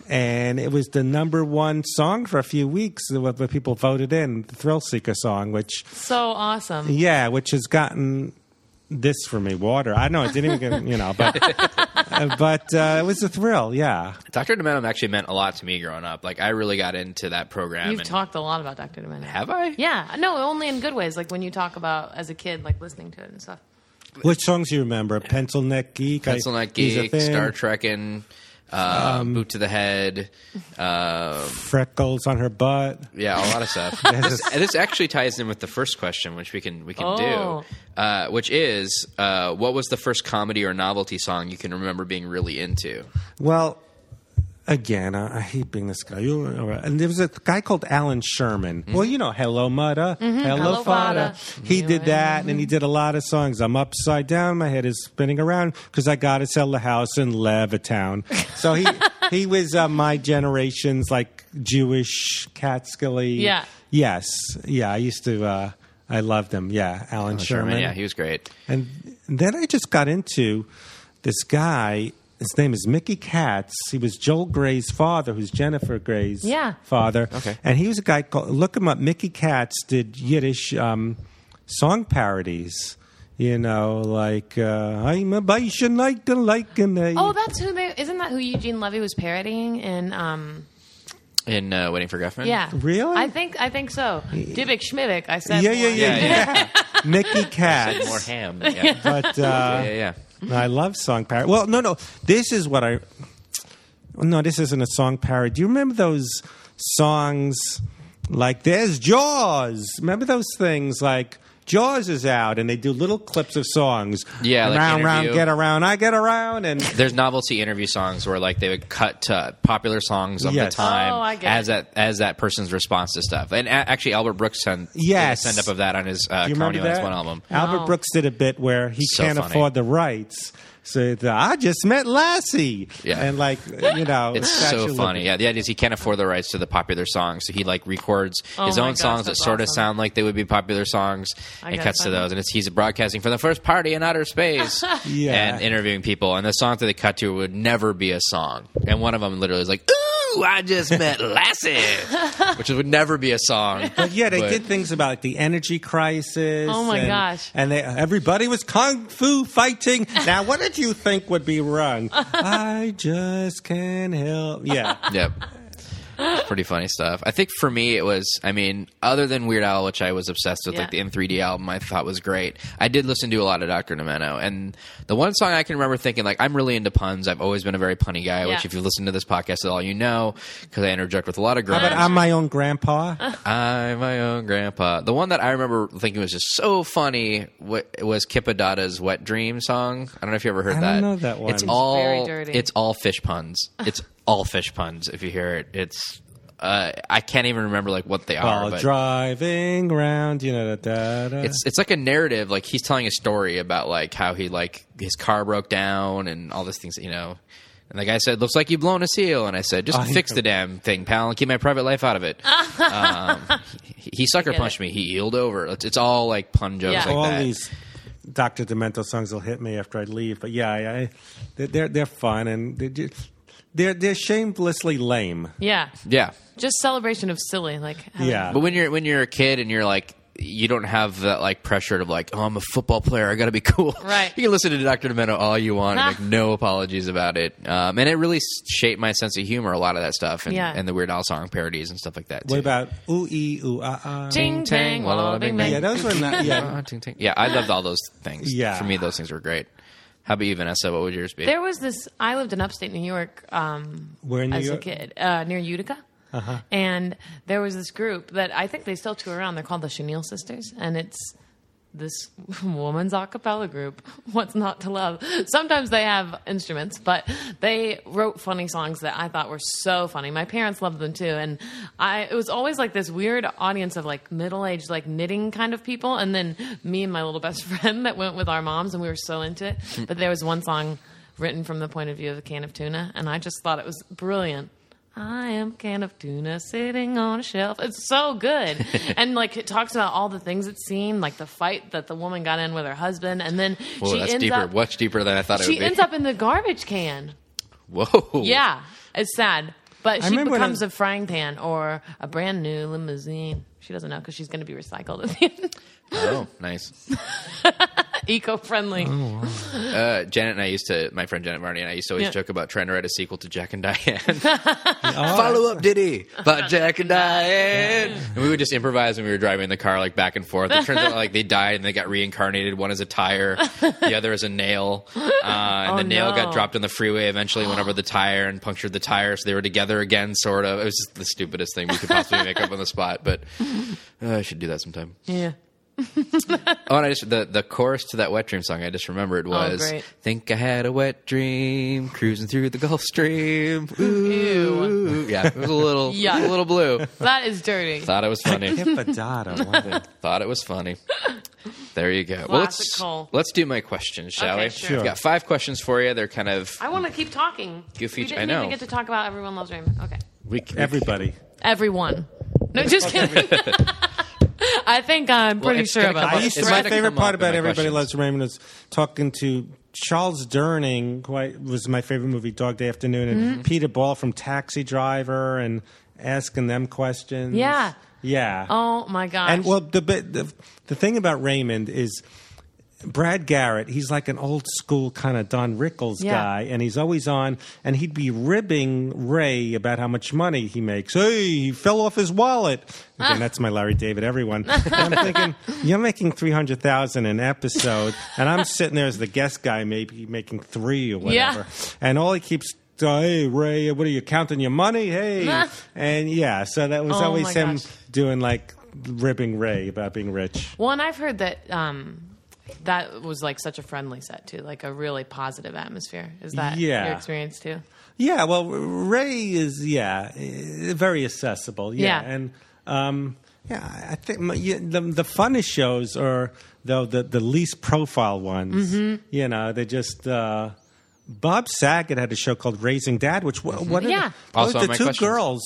S6: and it was the number one song for a few weeks. What the people voted in the Thrill Seeker song, which
S4: So awesome.
S6: yeah, which has gotten this for me water. I know it didn't even get, you know, but uh, but uh, it was a thrill. Yeah,
S3: Dr. Dementum actually meant a lot to me growing up. Like I really got into that program.
S4: You've
S3: and-
S4: talked a lot about Dr. Domenico.
S3: Have I?
S4: Yeah. No, only in good ways, like when you talk about as a kid, like listening to it and stuff.
S6: which songs do you remember? Pencil Neck Geek, I-
S3: Pencil Neck
S6: He's a Um,
S3: Geek,
S6: Thing,
S3: Star Trekking, uh, Boot to the Head.
S6: Freckles on her butt.
S3: Yeah, a lot of stuff.
S6: Yes.
S3: this, this actually ties in with the first question, which we can we can
S4: Oh.
S3: do, uh, which is uh, what was the first comedy or novelty song you can remember being really into?
S6: Well, again, I, I hate being this guy. You- all right. And there was a guy called Alan Sherman. Well, you know, Hello Mudda,
S4: Hello,
S6: Hello, Fada. He did that, and he did a lot of songs. I'm upside down, my head is spinning around because I got to sell the house in Levittown. So he he was uh, my generation's like Jewish Catskilly.
S4: Yeah.
S6: Yes. Yeah. I used to. Uh, I loved him. Yeah, Alan Sherman.
S3: Yeah, he was great.
S6: And then I just got into this guy. His name is Mickey Katz. He was Joel Gray's father, who's Jennifer Gray's
S4: Yeah.
S6: father.
S3: Okay.
S6: And he was a guy called, look him up. Mickey Katz did Yiddish um, song parodies. You know, like, uh, I'm a Baisha like a like an a.
S4: Oh, that's who they. Isn't that who Eugene Levy was parodying in? Um,
S3: In uh, Waiting for Guffman.
S4: yeah,
S6: Really?
S4: I think I think so. Dubik Schmivik. I said.
S6: yeah, yeah, yeah,
S4: more.
S6: yeah, Mickey
S3: More
S6: Katz.
S3: ham. Yeah. yeah,
S6: But, uh,
S3: yeah, yeah.
S6: I love song parody. Well, no, no. This is what I. No, this isn't a song parody. Do you remember those songs like "There's Jaws"? Remember those things like "Jaws is out" and they do little clips of songs.
S3: Yeah, like
S6: round, round,
S3: Interview.
S6: get around, I get around, and
S3: There's novelty interview songs where like they would cut to popular songs of
S6: Yes.
S3: the time
S4: Oh, I get
S3: as
S4: it.
S3: that as that person's response to stuff. And a- actually, Albert Brooks sent did a
S6: Yes.
S3: send up of that on his uh,
S6: Do you
S3: Comedy
S6: remember
S3: Lands
S6: that?
S3: One album.
S6: Albert
S4: No.
S6: Brooks did a bit where he
S3: So
S6: can't
S3: funny.
S6: afford the rights. So the, I just met Lassie,
S3: Yeah.
S6: and like you know,
S3: It's
S6: Statue
S3: so
S6: of
S3: funny.
S6: Liberty.
S3: Yeah, the idea is he can't afford the rights to the popular songs, so he like records
S4: Oh
S3: his
S4: my
S3: own
S4: gosh,
S3: songs that
S4: that's
S3: sort of
S4: awesome.
S3: sound like they would be popular songs,
S4: I
S3: and
S4: gotta
S3: cuts to
S4: find that.
S3: those. And it's he's broadcasting for the first party in outer space,
S6: Yeah.
S3: and interviewing people. And the songs that they cut to would never be a song. And one of them literally is like, "Ooh, I just met Lassie," which would never be a song.
S6: But yeah, they
S3: But-
S6: did things about like the energy crisis.
S4: Oh, my
S6: and,
S4: gosh.
S6: And they, everybody was kung fu fighting. Now, what did you think would be wrong? I just can't help. Yeah,
S3: Yep. Pretty funny stuff. I think for me it was I mean, other than Weird Al, which I was obsessed with, like the
S4: Yeah.
S3: M three D album I thought was great. I did listen to a lot of Dr. Nemeno and the one song I can remember thinking, like, I'm really into puns. I've always been a very punny guy,
S4: Yeah.
S3: which if you listen to this podcast at all you know, because I interject with a lot of girls.
S6: but I'm my own grandpa.
S3: I'm my own grandpa. The one that I remember thinking was just so funny wa- was Kippadada's "Wet Dream" song. I don't know if you ever heard
S6: I
S3: that.
S6: don't know that one.
S3: It's
S6: It's
S3: all
S4: very dirty.
S3: it's all fish puns. It's all fish puns. If you hear it, it's uh, I can't even remember like what they are.
S6: While
S3: but
S6: driving round, you know, da, da, da.
S3: it's it's like a narrative. Like he's telling a story about like how he like his car broke down and all these things. You know. And the guy said, "Looks like you've blown a seal." And I said, "Just
S6: I
S3: fix
S6: know.
S3: the damn thing, pal, and keep my private life out of it." um, he, he sucker
S4: get
S3: punched
S4: it.
S3: me. He healed over. It's, it's all like pun jokes
S4: Yeah.
S3: like
S6: all
S3: that.
S6: these Dr. Demento songs will hit me after I leave. But yeah, I, I, they're- they're, they're fun and they're, just, they're, they're shamelessly lame.
S4: yeah,
S3: yeah,
S4: Just celebration of silly, like having-
S6: Yeah.
S3: but when you're when you're a kid and you're like. You don't have that like pressure of like, oh, I'm a football player. I got to be cool.
S4: Right.
S3: You can listen to Dr. Demento all you want and
S4: Ah.
S3: make no apologies about it. Um, and it really s- shaped my sense of humor, a lot of that stuff, and,
S4: Yeah.
S3: and the Weird Al song parodies and stuff like that.
S6: what
S3: too.
S6: about ooh, ee, ooh, ah, ah?
S4: Ting tang, walla walla bing bing.
S6: Yeah, those were not. e, Yeah.
S3: Ah, ting, ting. Yeah, I loved all those things.
S6: Yeah.
S3: For me, those things were great. How about you, Vanessa? What would yours be?
S4: There was this. I lived in upstate New York um,
S6: Where in New
S4: as
S6: York? Uh-huh.
S4: a kid uh, near Utica, and there was this group that I think they still tour around. They're called the Chenille Sisters, and it's this woman's a cappella group. What's not to love? Sometimes they have instruments, but they wrote funny songs that I thought were so funny. My parents loved them too, and I it was always like this weird audience of like middle aged like knitting kind of people, and then me and my little best friend that went with our moms, and we were so into it. But there was one song written from the point of view of a can of tuna, and I just thought it was brilliant. I am can of tuna sitting on a shelf. It's so good. and like it talks about all the things it's seen, like the fight that the woman got in with her husband, and then
S3: Whoa,
S4: she
S3: that's
S4: ends
S3: deeper.
S4: up
S3: Much deeper than I thought it would
S4: she
S3: be.
S4: ends up in the garbage can.
S3: Whoa.
S4: Yeah. It's sad. But she
S6: remember when
S4: becomes
S6: I-
S4: a frying pan or a brand new limousine. She doesn't know because she's going to be recycled at the end.
S3: Oh, nice.
S4: Eco friendly.
S3: Uh, Janet and I used to, my friend Janet Varney and I used to always
S4: Yeah.
S3: joke about trying to write a sequel to Jack and Diane. Follow up Diddy about Jack and Diane. And we would just improvise when we were driving in the car, like back and forth. It turns out like they died and they got reincarnated. One is a tire, the other is a nail. Uh, and
S4: Oh,
S3: the nail got
S4: no.
S3: dropped on the freeway, eventually went over the tire and punctured the tire. So they were together again, sort of. It was just the stupidest thing we could possibly make up on the spot. But uh, I should do that sometime.
S4: Yeah.
S3: Oh, and I just the the chorus to that wet dream song I just remembered was
S4: Oh, great.
S3: "Think I had a wet dream, cruising through the Gulf Stream." Ooh, yeah, it was a little,
S4: Yeah.
S3: a little blue.
S4: That is dirty.
S3: Thought it was funny.
S6: Hippodotta. Wow.
S3: Thought it was funny. There you go. Well, let's
S4: Classical.
S3: let's do my questions, shall
S4: Okay,
S3: we?
S4: sure. Sure.
S3: We've got five questions for you. They're kind of
S4: I want to keep talking.
S3: Goofy-
S4: we
S3: I
S4: didn't
S3: know.
S4: even get to talk about Everyone Loves Raymond. Okay.
S3: we,
S6: Everybody.
S4: Everyone. No, just kidding. I think I'm
S3: Well,
S4: pretty
S3: it's
S4: sure
S3: gonna come
S4: about
S6: I
S3: up.
S4: this.
S6: used to,
S3: It's
S6: my
S3: gonna
S6: favorite
S3: come
S6: part
S3: up in
S6: about
S3: my
S6: Everybody
S3: questions.
S6: Loves Raymond is talking to Charles Durning, who I, was my favorite movie, Dog Day Afternoon, and Peter Ball from Taxi Driver, and asking them questions.
S4: Yeah.
S6: yeah.
S4: Oh my gosh.
S6: And well, the, bit- the the thing about Raymond is Brad Garrett. He's like an old school kind of Don Rickles
S4: Yeah.
S6: guy, and he's always on. And he'd be ribbing Ray about how much money he makes. Hey, he fell off his wallet. Again, that's my Larry David. Everyone. And I'm thinking you're making three hundred thousand an episode, and I'm sitting there as the guest guy, maybe making three or
S4: Yeah.
S6: whatever. And all he keeps. Hey Ray, what are you counting your money? Hey, and yeah, so that was
S4: Oh,
S6: always
S4: my
S6: him
S4: gosh.
S6: doing like ripping Ray about being rich.
S4: Well, and I've heard that um, that was like such a friendly set too, like a really positive atmosphere. Is that
S6: Yeah.
S4: your experience too?
S6: Yeah, well, Ray is yeah eh, very accessible. Yeah,
S4: Yeah.
S6: and um, yeah, I- I think my- yeah, the the funnest shows are though the the least profile ones. You know, they just. Uh, Bob Saget had a show called Raising Dad, which wha- what are
S4: Yeah.
S6: the,
S3: Also
S6: oh,
S3: on
S6: the
S3: my
S6: two
S3: questions.
S6: girls,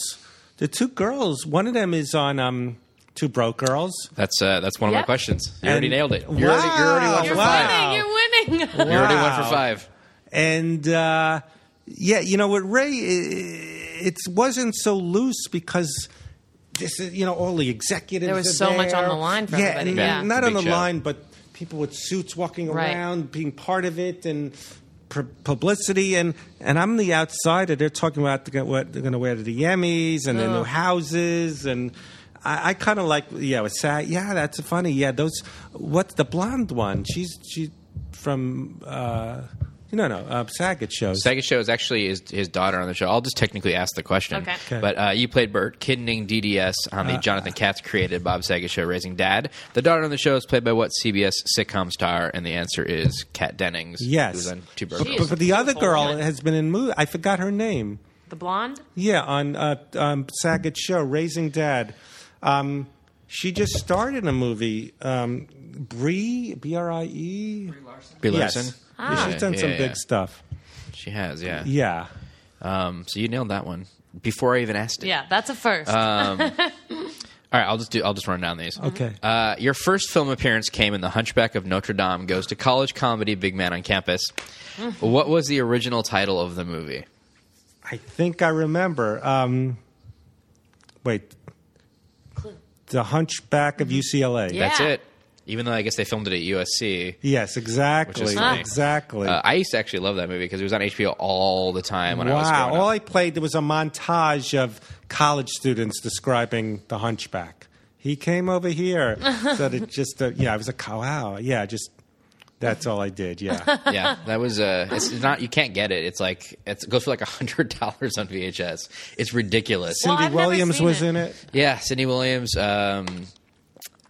S6: the two girls, one of them is on um, Two Broke Girls.
S3: That's uh, that's one of
S4: Yep.
S3: my questions. You already
S6: And-
S3: nailed it.
S6: Wow.
S3: You're already, you're already one for
S6: Wow.
S3: five.
S4: You're winning. You're winning.
S3: You're already one
S6: Wow.
S3: for five.
S6: and uh, yeah, you know with Ray, i- it wasn't so loose because this is you know all the executives.
S4: There was
S6: are
S4: so
S6: there.
S4: much on the line for
S6: yeah,
S4: everybody,
S6: and
S4: yeah.
S6: not on
S3: Big
S6: the
S3: show.
S6: line, but people with suits walking
S4: Right.
S6: around, being part of it, and pr- publicity. And and I'm the outsider. They're talking about the, what they're going to wear to the Emmys and their new houses and. I, I kind of like yeah, with sad. Yeah, that's funny. Yeah, those. What's the blonde one? She's she from uh, no no uh, Saget shows.
S3: Saget show is actually his, his daughter on the show. I'll just technically ask the question.
S4: Okay. Okay.
S3: But uh, you played Bert Kidney DDS on
S6: Uh,
S3: the Jonathan Katz created Bob Saget show, Raising Dad. The daughter on the show is played by what CBS sitcom star? And the answer is Kat Dennings.
S6: Yes.
S3: Who's on Two Broke
S6: But,
S4: She
S3: Girls.
S4: is
S6: but, but the other
S4: beautiful
S6: girl
S4: woman.
S6: has been in movie. I forgot her name.
S4: The blonde.
S6: Yeah, on uh, um, Saget's show, Raising Dad. Um, she just starred in a movie. Um, Brie B R I E.
S3: Brie
S6: Yes,
S3: Larson?
S6: she's done
S3: Yeah,
S6: some
S3: yeah,
S6: big
S3: yeah.
S6: stuff.
S3: She has, yeah.
S6: Yeah.
S3: Um, so you nailed that one before I even asked it.
S4: Yeah, that's a first.
S3: Uh, All right, I'll just do. I'll just run down these.
S6: Okay.
S3: Uh, your first film appearance came in The Hunchback of Notre Dame Goes to College Comedy Big Man on Campus.
S4: Mm.
S3: what was the original title of the movie?
S6: I think I remember. Um, wait, The Hunchback
S3: Mm-hmm.
S6: of UCLA.
S4: Yeah.
S3: That's it. Even though I guess they filmed it at USC.
S6: Yes, exactly,
S3: funny.
S6: exactly.
S3: Uh, I used to actually love that movie because it was on HBO all the time when I was
S6: wow!
S3: growing
S6: All
S3: up.
S6: I played there was a montage of college students describing the Hunchback. He came over here, so that just uh, yeah, I was like, wow, yeah, just that's all I did. Yeah,
S3: yeah, that was. Uh, it's not. You can't get it. It's like it's, it goes for like hundred dollars on VHS. It's ridiculous.
S4: Well,
S6: Cindy
S4: I've never
S6: Williams
S4: seen
S6: was
S4: it.
S6: in it.
S3: Yeah, Cindy Williams. Um,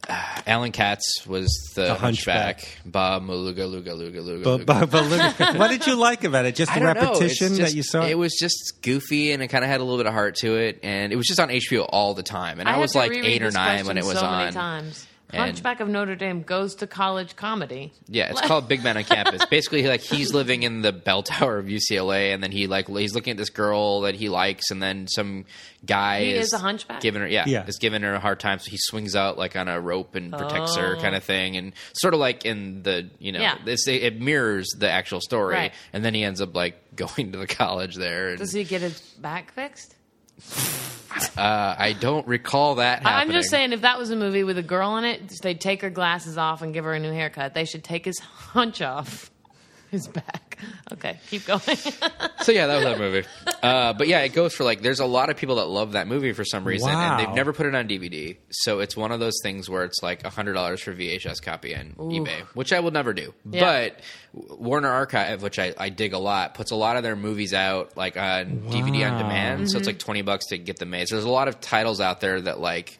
S3: ah, Alan Katz was the,
S6: The
S3: hunchback.
S6: Hunchback.
S3: Bob Maluga, Luga, Luga, Luga.
S6: But,
S3: Luga.
S6: but, but look- what did you like about it? Just
S3: I
S6: the
S3: don't know. It's
S6: repetition
S3: just-
S6: that you saw.
S3: It was just goofy, and it kind of had a little bit of heart to it, and it was just on HBO all the time. And
S4: I
S3: I,
S4: had
S3: was
S4: to
S3: like
S4: reread
S3: eight or
S4: this
S3: nine when
S4: question
S3: it was
S4: so
S3: on.
S4: Many times.
S3: And-
S4: Hunchback of Notre Dame goes to college comedy.
S3: Yeah, it's called Big Man on Campus. Basically, like he's living in the bell tower of UCLA, and then he like he's looking at this girl that he likes, and then some guy
S4: He is a hunchback?
S3: giving her yeah,
S6: Yeah.
S3: is giving her a hard time. So he swings out like on a rope and protects her,
S4: Oh.
S3: kind of thing, and sort of like in the you know
S4: Yeah.
S3: this it mirrors the actual story,
S4: Right.
S3: and then he ends up like going to the college there. And,
S4: Does he get his back fixed?
S3: uh, I don't recall that.
S4: I- I'm
S3: happening.
S4: just saying, if that was a movie with a girl in it, they'd take her glasses off and give her a new haircut. They should take his hunch off his back. Okay, keep going.
S3: So yeah, that was that movie. Uh, but yeah, it goes for like there's a lot of people that love that movie for some reason,
S6: Wow.
S3: and they've never put it on DVD. So it's one of those things where it's like hundred dollars for VHS copy on eBay, which I will never do.
S4: Yeah.
S3: But Warner Archive, which I, I dig a lot, puts a lot of their movies out like on DVD on
S6: Wow.
S3: demand. So it's like twenty bucks to get the maze. There's a lot of titles out there that like.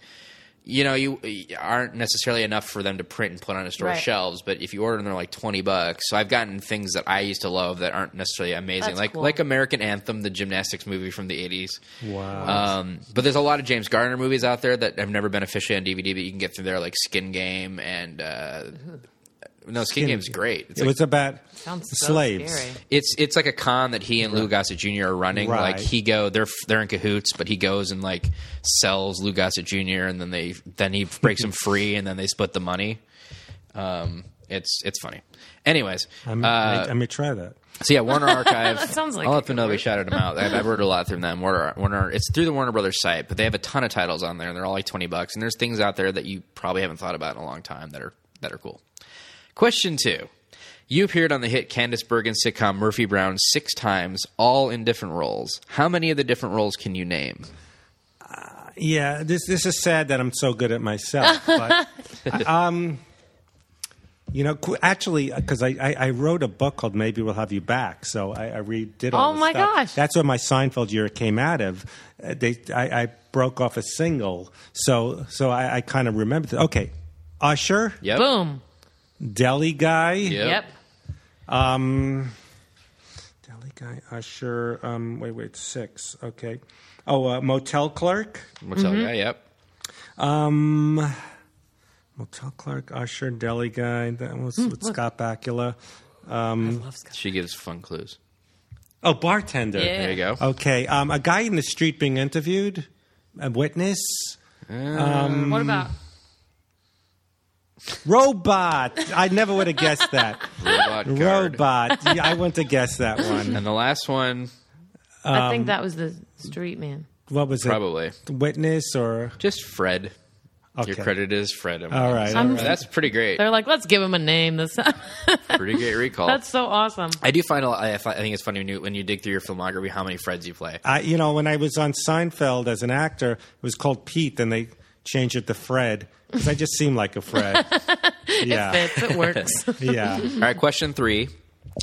S3: You know, you aren't necessarily enough for them to print and put on a store
S4: Right.
S3: shelves, but if you order them, they're like twenty bucks. So I've gotten things that I used to love that aren't necessarily amazing,
S4: That's
S3: like
S4: cool.
S3: like American Anthem, the gymnastics movie from the 80s.
S6: wow.
S3: Um, but there's a lot of James Garner movies out there that have never been officially on DVD, but you can get through there, like Skin Game and uh, No, Skin, Game's great. It's
S6: it
S3: like,
S6: was about
S4: Sounds so
S6: slaves.
S4: scary.
S3: it's it's like a con that he and Lou Gossett Jr. are running.
S6: Right.
S3: Like he go, they're they're in cahoots, but he goes and like sells Lou Gossett Jr. and then they then he breaks him free and then they split the money. Um, it's it's funny. Anyways,
S6: I may,
S3: uh,
S6: I may try that.
S3: so yeah, Warner Archive.
S4: That sounds like
S3: I'll
S4: it
S3: let them know we shouted them out. I've, I've ordered a lot through them. Warner, Warner, it's through the Warner Brothers site, but they have a ton of titles on there, and they're all like twenty bucks. And there's things out there that you probably haven't thought about in a long time that are that are cool. Question two: You appeared on the hit Candice Bergen sitcom Murphy Brown six times, all in different roles. How many of the different roles can you name?
S6: Yeah, this this is sad that I'm so good at myself. But, um, you know, qu- actually, because I, I, I wrote a book called Maybe We'll Have You Back, so I, I redid. All
S4: Oh,
S6: this
S4: my
S6: stuff.
S4: gosh.
S6: That's where my Seinfeld year came out of. Uh, they I, I broke off a single, so so I, I kind of remembered. That. Okay, Usher,
S3: Yep.
S4: Boom.
S6: Deli Guy,
S3: Yep.
S4: Yep.
S6: um, Deli Guy, Usher. Um, wait, wait, six. Okay. Oh, uh, motel clerk.
S3: Motel
S4: Mm-hmm.
S3: guy. Yep.
S6: Um, motel clerk, usher, deli guy. That was
S4: Hmm,
S6: with Scott Bakula.
S3: She gives fun clues.
S6: Oh, bartender.
S4: Yeah.
S3: There you go.
S6: Okay, um, a guy in the street being interviewed, a witness,
S4: what about
S6: robot. I never would have guessed that.
S3: Robot. guard.
S6: robot. Yeah, I went to guess that one.
S3: And the last one,
S4: I think that was the street man.
S6: What was
S3: probably
S6: it? Witness or
S3: just Fred.
S6: okay.
S3: Your credit is Fred. I'm-
S6: All right.
S4: Some-
S6: all right.
S3: That's pretty great.
S4: They're like, let's give him a name. This
S3: Pretty great recall.
S4: that's so awesome.
S3: I do find a lot, I, fi- I think it's funny when you, when you dig through your filmography how many Freds you play.
S6: I, you know, when I was on Seinfeld as an actor, it was called Pete, and they changed it to Fred because I just seemed like a Fred. yeah,
S4: Fits. It works.
S6: yeah.
S3: All right, question three.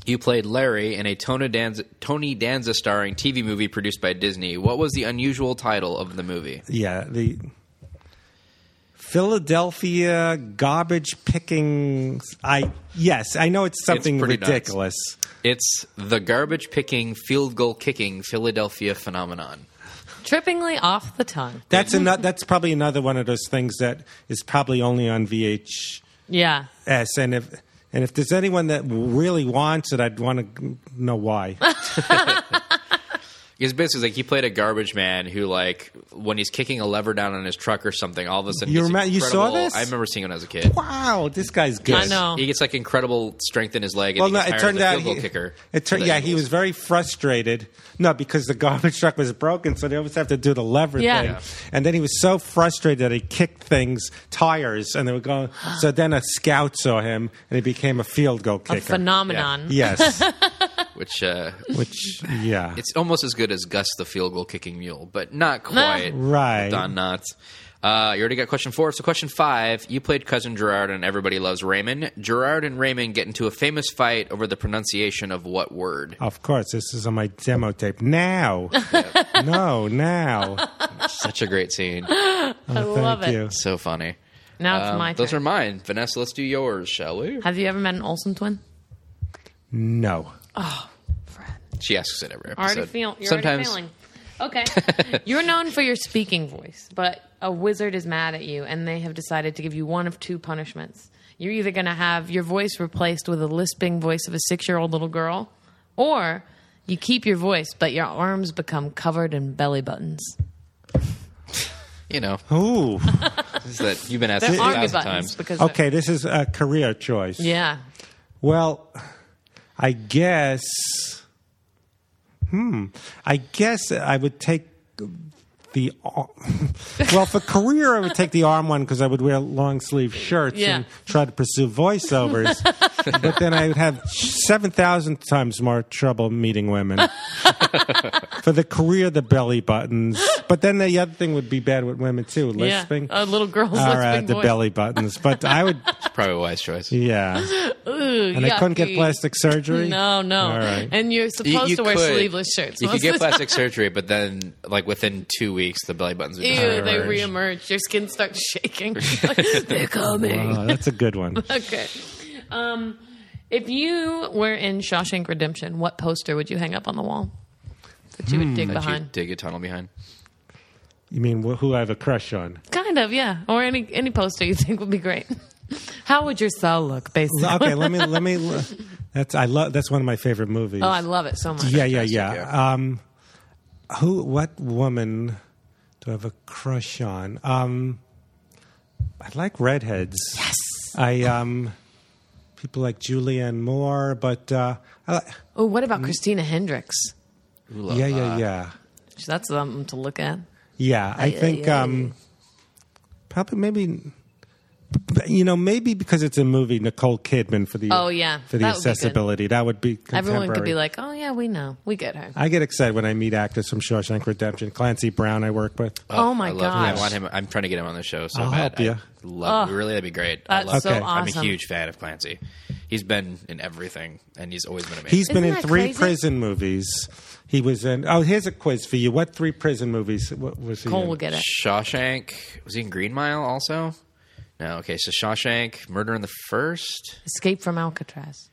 S3: You played Larry in a Tony Danza, Tony Danza starring TV movie produced by Disney. What was the unusual title of the movie?
S6: yeah, the Philadelphia garbage picking. I yes, I know it's something
S3: pretty nuts.
S6: ridiculous.
S3: It's the garbage picking, field goal kicking Philadelphia phenomenon.
S4: Trippingly off the tongue.
S6: That's another. That's probably another one of those things that is probably only on VHS.
S4: Yeah.
S6: And if and if there's anyone that really wants it, I'd want to know why.
S3: Because basically, like he played a garbage man who, like, when he's kicking a lever down on his truck or something, all of a sudden
S6: You
S3: gets
S6: remem- you saw
S3: incredible-
S6: this?
S3: I remember seeing it when I was a kid.
S6: wow, this guy's good.
S4: I know.
S3: He gets like incredible strength in his leg. And
S6: Well,
S3: he
S6: no,
S3: gets
S6: it
S3: hired
S6: turned
S3: as a
S6: out
S3: field goal
S6: he,
S3: kicker.
S6: it turned
S3: for the
S6: yeah, he
S3: Eagles.
S6: was very frustrated. No, because the garbage truck was broken, so they always have to do the lever
S4: Yeah.
S6: thing.
S4: Yeah.
S6: And then he was so frustrated that he kicked things, tires, and they were going. so then a scout saw him, and he became a field goal
S4: A
S6: kicker.
S4: phenomenon.
S6: Yes,
S3: which uh,
S6: which yeah,
S3: it's almost as good as Gus the field goal kicking mule, but not quite.
S6: Right.
S3: Don Knotts. Uh, you already got question four. So question five, you played cousin Gerard and Everybody Loves Raymond. Gerard and Raymond get into a famous fight over the pronunciation of what word?
S6: of course. This is on my demo tape now. no, now.
S3: Such a great scene.
S4: I love
S6: Thank
S4: it.
S6: you.
S3: So funny.
S4: Now it's
S3: Um,
S4: my
S3: those
S4: turn.
S3: are mine. Vanessa, let's do yours, shall we?
S4: Have you ever met an Olsen twin?
S6: No.
S3: She asks it every episode.
S4: Already feel you're
S3: Sometimes
S4: already feeling. Okay. you're known for your speaking voice, but a wizard is mad at you and they have decided to give you one of two punishments. You're either going to have your voice replaced with a lisping voice of a 6-year-old little girl or you keep your voice but your arms become covered in belly buttons.
S3: you know
S6: Ooh.
S3: is that you've been asked
S4: They're
S3: this a
S4: army
S3: thousand
S4: buttons
S3: times.
S4: because they're-
S6: Okay, this is a career choice.
S4: Yeah.
S6: Well, I guess. Hmm. I guess I would take the. ar- Well, for career, I would take the arm one because I would wear long sleeve shirts
S4: Yeah.
S6: and try to pursue voiceovers. but then I would have 7,000 times more trouble meeting women. for the career, the belly buttons. But then the other thing would be bad with women, too lisping.
S4: Yeah. A little girl's
S6: Or, uh,
S4: lisping
S6: the
S4: voice.
S6: belly buttons. But I would.
S3: Probably a wise choice.
S6: Yeah. and I couldn't get
S4: yucky.
S6: plastic surgery.
S4: No, no.
S6: All right.
S4: And you're supposed
S3: You- you
S4: to wear
S3: could.
S4: sleeveless shirts.
S3: You could
S4: most
S3: get
S4: of the time.
S3: plastic surgery, but then like within two weeks, the belly buttons would
S4: Ew,
S3: just
S4: they
S3: reemerge.
S4: reemerge. Your skin starts shaking. Like, They're coming.
S6: Oh, that's a good one.
S4: Okay. Um, if you were in Shawshank Redemption, what poster would you hang up on the wall that you would dig
S3: Hmm. That you
S4: behind?
S3: dig a tunnel behind.
S6: You mean wh- who I have a crush on?
S4: Kind of, yeah. Or any any poster you think would be great. How would your cell look, basically?
S6: okay, let me let me. That's I love. That's one of my favorite movies.
S4: Oh, I love it so much.
S6: yeah, yeah, yeah. Um, who? What woman do I have a crush on? Um, I like redheads. Yes. I um, people like Julianne Moore, but uh, I like,
S4: Oh, what
S6: Mm-hmm.
S4: about Christina Hendricks?
S6: yeah, yeah, yeah,
S4: That's something to look at.
S6: yeah. I think um, probably maybe. You know, maybe because it's a movie, Nicole Kidman for the
S4: Oh, yeah.
S6: for
S4: That would be
S6: the
S4: good.
S6: accessibility that would be contemporary.
S4: Everyone could be like, "Oh yeah, we know, we get her."
S6: I get excited when I meet actors from Shawshank Redemption. Clancy Brown, I work with.
S4: Oh, my
S3: I love
S4: gosh.
S3: Him. I want him. I'm trying to get him on the show so
S6: I'll
S3: bad.
S6: help ya.
S3: I love. really, that'd be great. I
S4: That's
S3: love
S6: so
S3: him. I'm
S4: awesome.
S3: a huge fan of Clancy. He's been in everything, and he's always been amazing.
S6: He's been
S4: Isn't
S6: in
S4: that
S6: three
S4: crazy?
S6: prison movies. He was in. Oh, here's a quiz for you. What three prison movies what was he
S4: Cole
S6: in?
S4: will get it.
S3: Shawshank. Was he in Green Mile also? No. Okay. So Shawshank, Murder in the First.
S4: Escape from Alcatraz.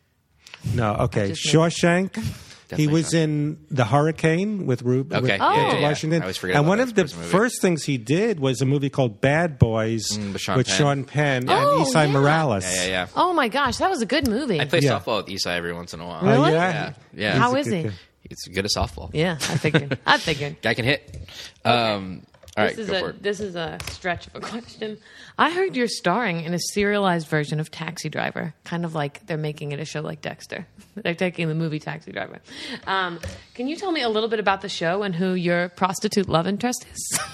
S6: No, okay.
S4: just made-
S6: Shawshank. He
S3: Definitely
S6: was
S3: Shawshank.
S6: in The Hurricane with Rube
S3: Okay,
S6: with
S3: yeah, yeah,
S6: Denzel
S3: yeah.
S6: Washington.
S3: I always forget
S6: and
S3: about
S6: one
S3: that
S6: of the
S3: prison movie.
S6: first things he did was a movie called Bad Boys
S3: Mm, with Sean
S6: with
S3: Penn.
S6: Sean Penn
S4: Oh,
S6: and Isai
S4: yeah.
S6: Morales.
S3: Yeah, yeah, yeah.
S4: Oh my gosh, that was a good movie.
S3: I play
S6: Yeah.
S3: softball with Isai every once in a while.
S6: Oh,
S4: Really?
S6: yeah.
S3: Yeah. Yeah.
S4: How
S6: a
S4: is
S6: good
S4: he?
S6: guy.
S3: He's good at softball.
S4: Yeah, I figured. I figured.
S3: Guy can hit. Um, all right.
S4: This is
S3: go
S4: a
S3: for it.
S4: this is a stretch of a question. I heard you're starring in a serialized version of Taxi Driver, kind of like they're making it a show like Dexter. they're taking the movie Taxi Driver. Um, can you tell me a little bit about the show and who your prostitute love interest is?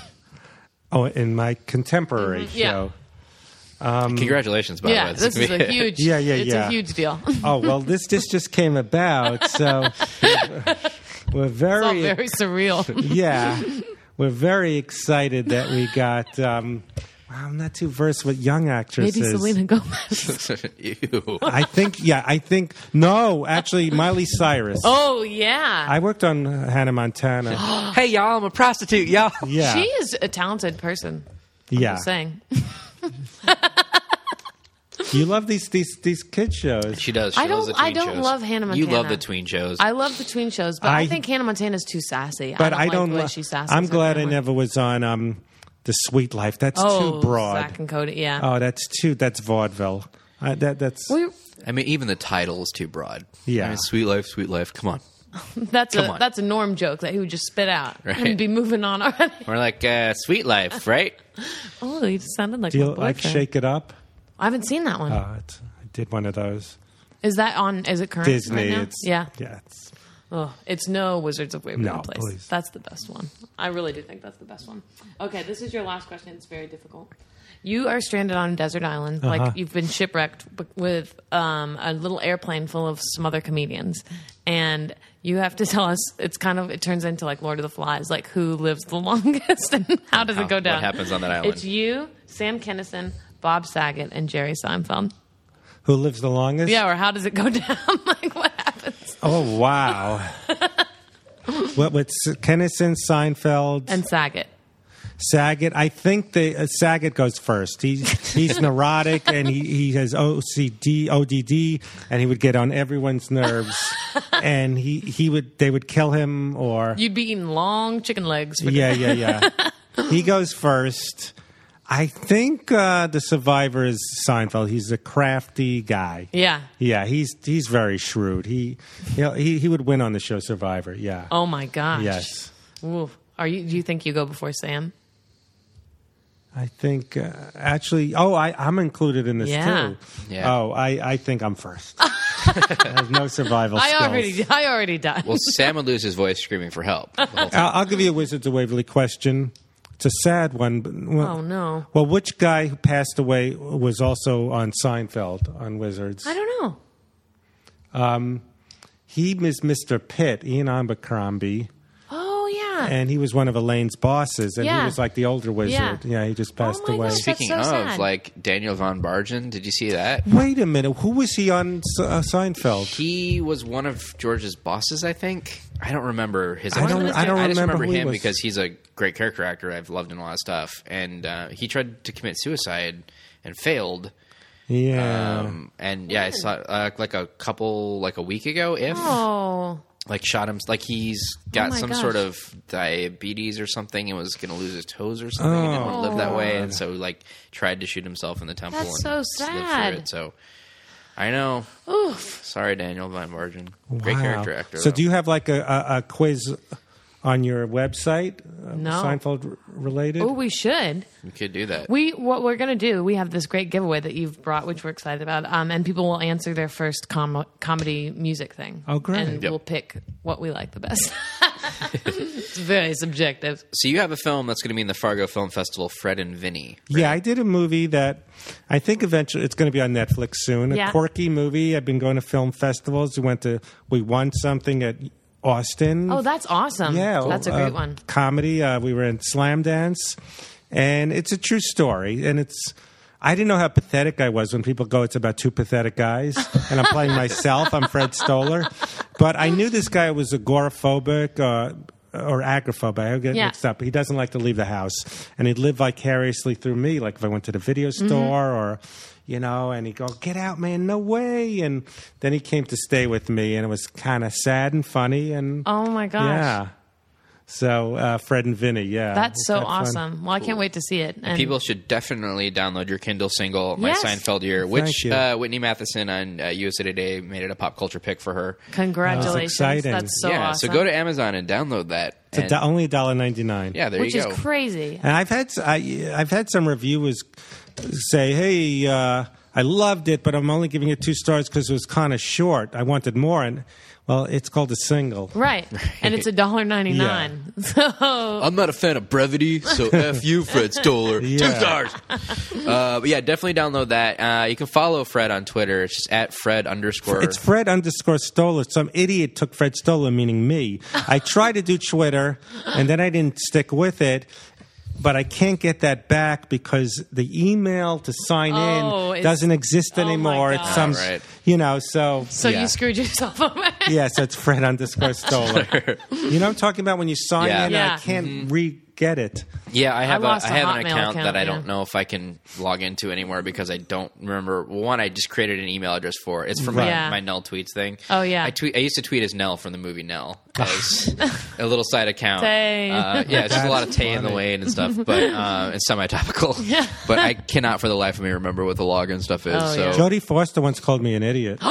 S6: Oh, in my contemporary
S4: Mm-hmm. yeah.
S6: show.
S3: Um, Congratulations, by the way.
S4: yeah, this is a huge.
S6: Yeah, yeah,
S4: it's
S6: yeah.
S4: a huge deal.
S6: Oh well, this this just came about, so we're
S4: It's all
S6: very,
S4: very surreal.
S6: yeah, we're very excited that we got. Um, wow, I'm not too versed with young actresses.
S4: Maybe Selena Gomez.
S3: Ew.
S6: I think yeah, I think no, actually Miley Cyrus.
S4: Oh yeah,
S6: I worked on Hannah Montana.
S3: hey, y'all. I'm a prostitute, y'all.
S6: Yeah,
S4: she is a talented person.
S6: yeah.
S4: Just saying.
S6: You love these these these kid shows.
S3: She does. She
S4: I
S3: loves the
S4: don't- I
S3: tween
S4: don't
S3: shows.
S4: love Hannah
S3: You love
S4: Montana.
S3: the tween shows.
S4: I love the tween shows, but I,
S6: I-
S4: think Hannah Montana's too sassy.
S6: But
S4: I don't, like the way
S6: lo-
S4: she's sassy.
S6: I'm glad I never was on um, the Sweet Life. That's
S4: Oh,
S6: too broad.
S4: Zach and Cody. Yeah.
S6: Oh, that's too. That's vaudeville. I, that that's
S4: we,
S3: I mean, even the title is too broad.
S6: Yeah.
S3: I mean, sweet life, sweet life. Come on.
S4: that's
S3: come
S4: a
S3: on.
S4: that's a norm joke that he would just spit out
S3: Right.
S4: and be moving on already.
S3: We're like uh, sweet life, right?
S4: Oh, he just sounded like
S6: do you
S4: my
S6: like
S4: boyfriend.
S6: Shake It Up?
S4: I haven't seen that one.
S6: Uh, it's, I did one of those
S4: is that on? Is it current? right
S6: Disney.
S4: now?
S6: it's
S4: yeah.
S6: yeah. It's,
S4: Oh, it's no Wizards of Waverly
S6: No,
S4: Place.
S6: please.
S4: That's the best one. I really do think that's the best one. Okay, this is your last question. It's very difficult. You are stranded on a desert island,
S6: Uh-huh.
S4: like you've been shipwrecked b- with um, a little airplane full of some other comedians, and you have to tell us. It's kind of it turns into like Lord of the Flies, like who lives the longest and how does
S3: How-
S4: it go
S3: what
S4: down?
S3: happens on that island?
S4: It's you, Sam Kennison, Bob Saget, and Jerry Seinfeld.
S6: who lives the longest?
S4: Yeah, or how does it go down? like what happens?
S6: Oh wow. what with S- Kennison, Seinfeld,
S4: And Saget.
S6: Saget? I think the uh, Saget goes first. He's he's neurotic and he, he has OCD, ODD, and he would get on everyone's nerves. and he he would they would kill him or
S4: You'd be eating long chicken legs for
S6: Yeah, yeah, yeah. he goes first. I think uh, the survivor is Seinfeld. He's a crafty guy.
S4: Yeah.
S6: Yeah, he's he's very shrewd. He you know, he he would win on the show Survivor. Yeah.
S4: Oh my gosh.
S6: yes.
S4: Oof. Are you? Do you think you go before Sam?
S6: I think uh, actually. Oh, I I'm included in this
S4: Yeah.
S6: too.
S3: Yeah.
S6: Oh, I I think I'm first. I have no survival
S4: I
S6: skills.
S4: already. I already died.
S3: Well, Sam would lose his voice screaming for help. the whole time.
S6: I'll, I'll give you a Wizards of Waverly question. It's a sad one. But, well,
S4: oh no.
S6: Well, which guy who passed away was also on Seinfeld on Wizards?
S4: I don't know.
S6: He was Mr. Pitt, Ian Abercrombie,
S4: Oh yeah.
S6: and he was one of Elaine's bosses, and
S4: Yeah.
S6: he was like the older
S4: Yeah. Oh
S6: wizard. Yeah, he just passed
S4: my
S6: away.
S4: gosh, that's
S3: Speaking
S4: so
S3: of,
S4: sad.
S3: like Daniel von Bargen, did you see that?
S6: Wait a minute, who was he on S- uh, Seinfeld?
S3: He was one of George's bosses, I think. I don't remember his.
S6: I don't- I don't
S3: just
S6: remember
S3: remember
S6: who he
S3: him
S6: was.
S3: because he's a great character actor. I've loved in a lot of stuff, and uh, he tried to commit suicide and failed.
S6: Yeah, Oh.
S3: Um, and yeah, I saw uh, like a couple, like a week ago. If
S4: oh.
S3: like shot him like he's got
S4: my
S3: some
S4: gosh.
S3: sort of diabetes or something and was going to lose his toes or something and didn't want to live that
S6: Oh.
S3: way and so like tried to shoot himself in the temple
S4: Oh. That's
S3: and
S4: so
S3: lived
S4: sad.
S3: through it so I know sorry Daniel Van Margin great
S6: Wow.
S3: character actor
S6: So
S3: though.
S6: do you have like a, a, a quiz on your website? uh,
S4: No.
S6: Seinfeld r- related.
S4: Oh, we should.
S3: you could do that
S4: We what we're gonna do? We have this great giveaway that you've brought, which we're excited about, um, and people will answer their first com- comedy music thing.
S6: Oh, great.
S4: And
S3: Yep.
S4: we'll pick what we like the best. it's very subjective.
S3: so you have a film that's going to be in the Fargo Film Festival Fred and Vinny
S6: Yeah, I did a movie that I think eventually it's going to be on Netflix soon. A
S4: Yeah.
S6: quirky movie. I've been going to film festivals. We went to we won something at Austin.
S4: Oh, that's awesome.
S6: yeah,
S4: that's a
S6: uh,
S4: great one.
S6: Comedy. Uh, we were in Slam Dance, and it's a true story. And it's I didn't know how pathetic I was when people go, "It's about two pathetic guys," and I'm playing myself. I'm Fred Stoller, but I knew this guy was agoraphobic. Uh, or agoraphobic. I get
S4: Yeah.
S6: mixed up. He doesn't like to leave the house, and he'd live vicariously through me. Like if I went to the video
S4: Mm-hmm.
S6: store, or you know, and he'd go, "Get out, man! No way!" And then he came to stay with me, and it was kind of sad and funny. And
S4: Oh my gosh.
S6: yeah. So uh, Fred and Vinny, yeah.
S4: That's so
S6: Had fun.
S4: awesome. Well, I can't wait to see it. And
S3: People should definitely download your Kindle single, My
S4: Yes.
S3: Seinfeld Year, which
S6: you.
S3: uh, Whitney Matheson on uh, USA Today made it a pop culture pick for her.
S4: congratulations. That's,
S6: exciting.
S4: so
S3: yeah,
S4: awesome.
S3: so go to Amazon and download that.
S6: It's a
S3: and-
S6: do- only $1.99.
S3: yeah, there
S4: which
S3: you
S4: is
S3: go.
S4: crazy.
S6: And I've had I, I've had some reviewers say, "Hey, uh, I loved it, but I'm only giving it two stars because it was kind of short. I wanted more." And well, it's called a single.
S4: Right. And it's a dollar ninety nine. So
S3: I'm not a fan of brevity, so f you, Fred Stoller. Two
S6: Yeah.
S3: stars. Uh, but yeah, definitely download that. Uh, you can follow Fred on Twitter. It's just at Fred underscore.
S6: It's Fred underscore Stoller. Some idiot took Fred Stoller, meaning me. I tried to do Twitter, and then I didn't stick with it. But I can't get that back because the email to sign
S4: Oh,
S6: in
S4: it's-
S6: doesn't exist
S4: oh my
S6: anymore.
S4: God.
S6: It's some,
S3: Ah, right.
S6: you know, so
S4: so
S6: yeah.
S4: you screwed yourself over.
S6: yeah, so it's Fred underscore Stoller. you know, what I'm talking about when you sign
S3: Yeah.
S6: in,
S4: Yeah. Mm-hmm.
S6: I can't re get it.
S3: yeah, I have a-
S4: lost
S3: I
S4: a
S3: have
S4: Hotmail
S3: an account,
S4: account,
S3: that I don't
S4: yeah.
S3: know if I can log into anymore because I don't remember. well, One, I just created an email address for it. It's for my,
S6: Right.
S4: Yeah.
S3: my Nell tweets thing.
S4: Oh, yeah.
S3: I tweet. I used to tweet as Nell from the movie Nell, as a little side account.
S4: Tay.
S3: Uh, yeah, it's just a lot of
S6: That's
S3: Tay in the
S6: funny.
S3: lane and stuff, but uh, it's semi topical. Yeah. but I cannot for the life of me remember what the login stuff is.
S4: Oh,
S3: so
S4: yeah.
S6: Jodie Foster once called me an idiot.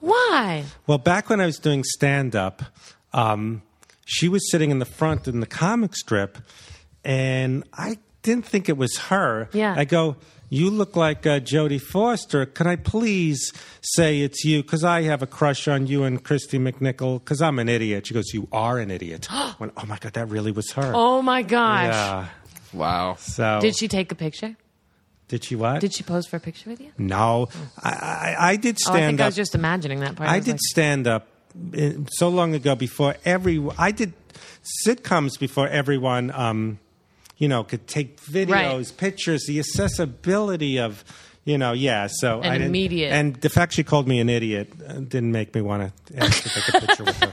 S4: Why?
S6: Well, back when I was doing stand up, um, she was sitting in the front in the comic strip, and I didn't think it was her.
S4: Yeah.
S6: I go, You look like uh, Jodie Foster. Can I please say it's you? Because I have a crush on you and Christy McNichol, because I'm an idiot. She goes, You are an idiot. I went, Oh my God, that really was her.
S4: Oh my gosh.
S6: yeah.
S3: wow.
S6: So,
S4: Did she take a picture?
S6: Did she what?
S4: Did she pose for a picture with you?
S6: no. I, I, I did
S4: Oh, I think
S6: stand
S4: I
S6: up.
S4: was just imagining that part.
S6: I
S4: was
S6: did
S4: like-
S6: stand up in, so long ago before every I did sitcoms before everyone um, you know could take videos,
S4: Right.
S6: pictures, the accessibility of you know yeah so
S4: And
S6: I didn't,
S4: immediate.
S6: and the fact she called me an idiot uh, didn't make me want to ask to take a picture with her.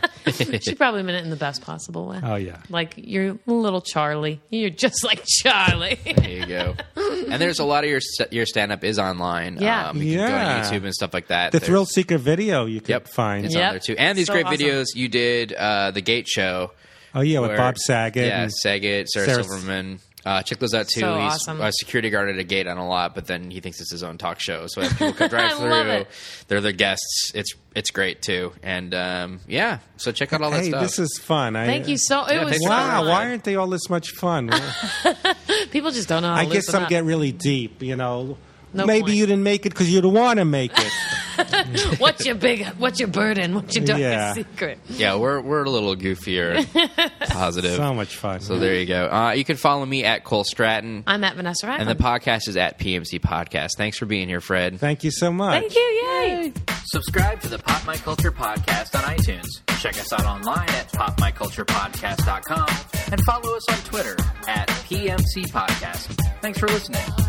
S4: she probably meant it in the best possible way.
S6: Oh, yeah.
S4: Like you're little Charlie. You're just like Charlie.
S3: There you go. and there's a lot of your st- your stand up is online.
S4: Yeah.
S3: Um, you can
S6: Yeah.
S3: go on YouTube and stuff like that.
S6: The
S3: There's-
S6: thrill seeker video you could
S3: Yep.
S6: find.
S3: It's
S4: Yep.
S3: on there too. And these
S4: So
S3: great
S4: awesome.
S3: videos you did uh, the Gate Show.
S6: Oh yeah, with
S3: where-
S6: Bob Saget.
S3: Yeah,
S6: and-
S3: Saget, Sarah,
S6: Sarah-
S3: Silverman. Uh, check those out too.
S4: So
S3: He's
S4: awesome.
S3: a security guard at a gate on a lot, but then he thinks it's his own talk show. So as people come
S4: I
S3: drive
S4: love
S3: through,
S4: it.
S3: they're their guests. It's it's great too. And um, yeah, so check out all that
S6: Hey,
S3: stuff.
S6: this is fun. I, uh,
S4: Thank you so. It
S3: Yeah,
S4: was
S3: thanks for
S4: so
S6: Wow,
S3: coming
S4: fun.
S6: why aren't they all this much fun?
S4: people just don't know. How to
S6: I guess
S4: loosen
S6: some
S4: up.
S6: get really deep, you know.
S4: No
S6: Maybe
S4: point.
S6: you didn't make it because you don't want to make it.
S4: What's your big? What's your burden? What's your darkest
S6: Yeah.
S4: secret?
S3: yeah, we're we're a little goofier, and positive.
S6: so much fun.
S3: So there you go. Uh, you can follow me at Cole Stratton,
S4: I'm at Vanessa Ryland.
S3: and the podcast is at PMC Podcast. Thanks for being here, Fred.
S6: Thank you so much.
S4: Thank you. Yay.
S2: Subscribe to the Pop My Culture Podcast on iTunes. Check us out online at popmyculturepodcast.com and follow us on Twitter at PMC Podcast. Thanks for listening.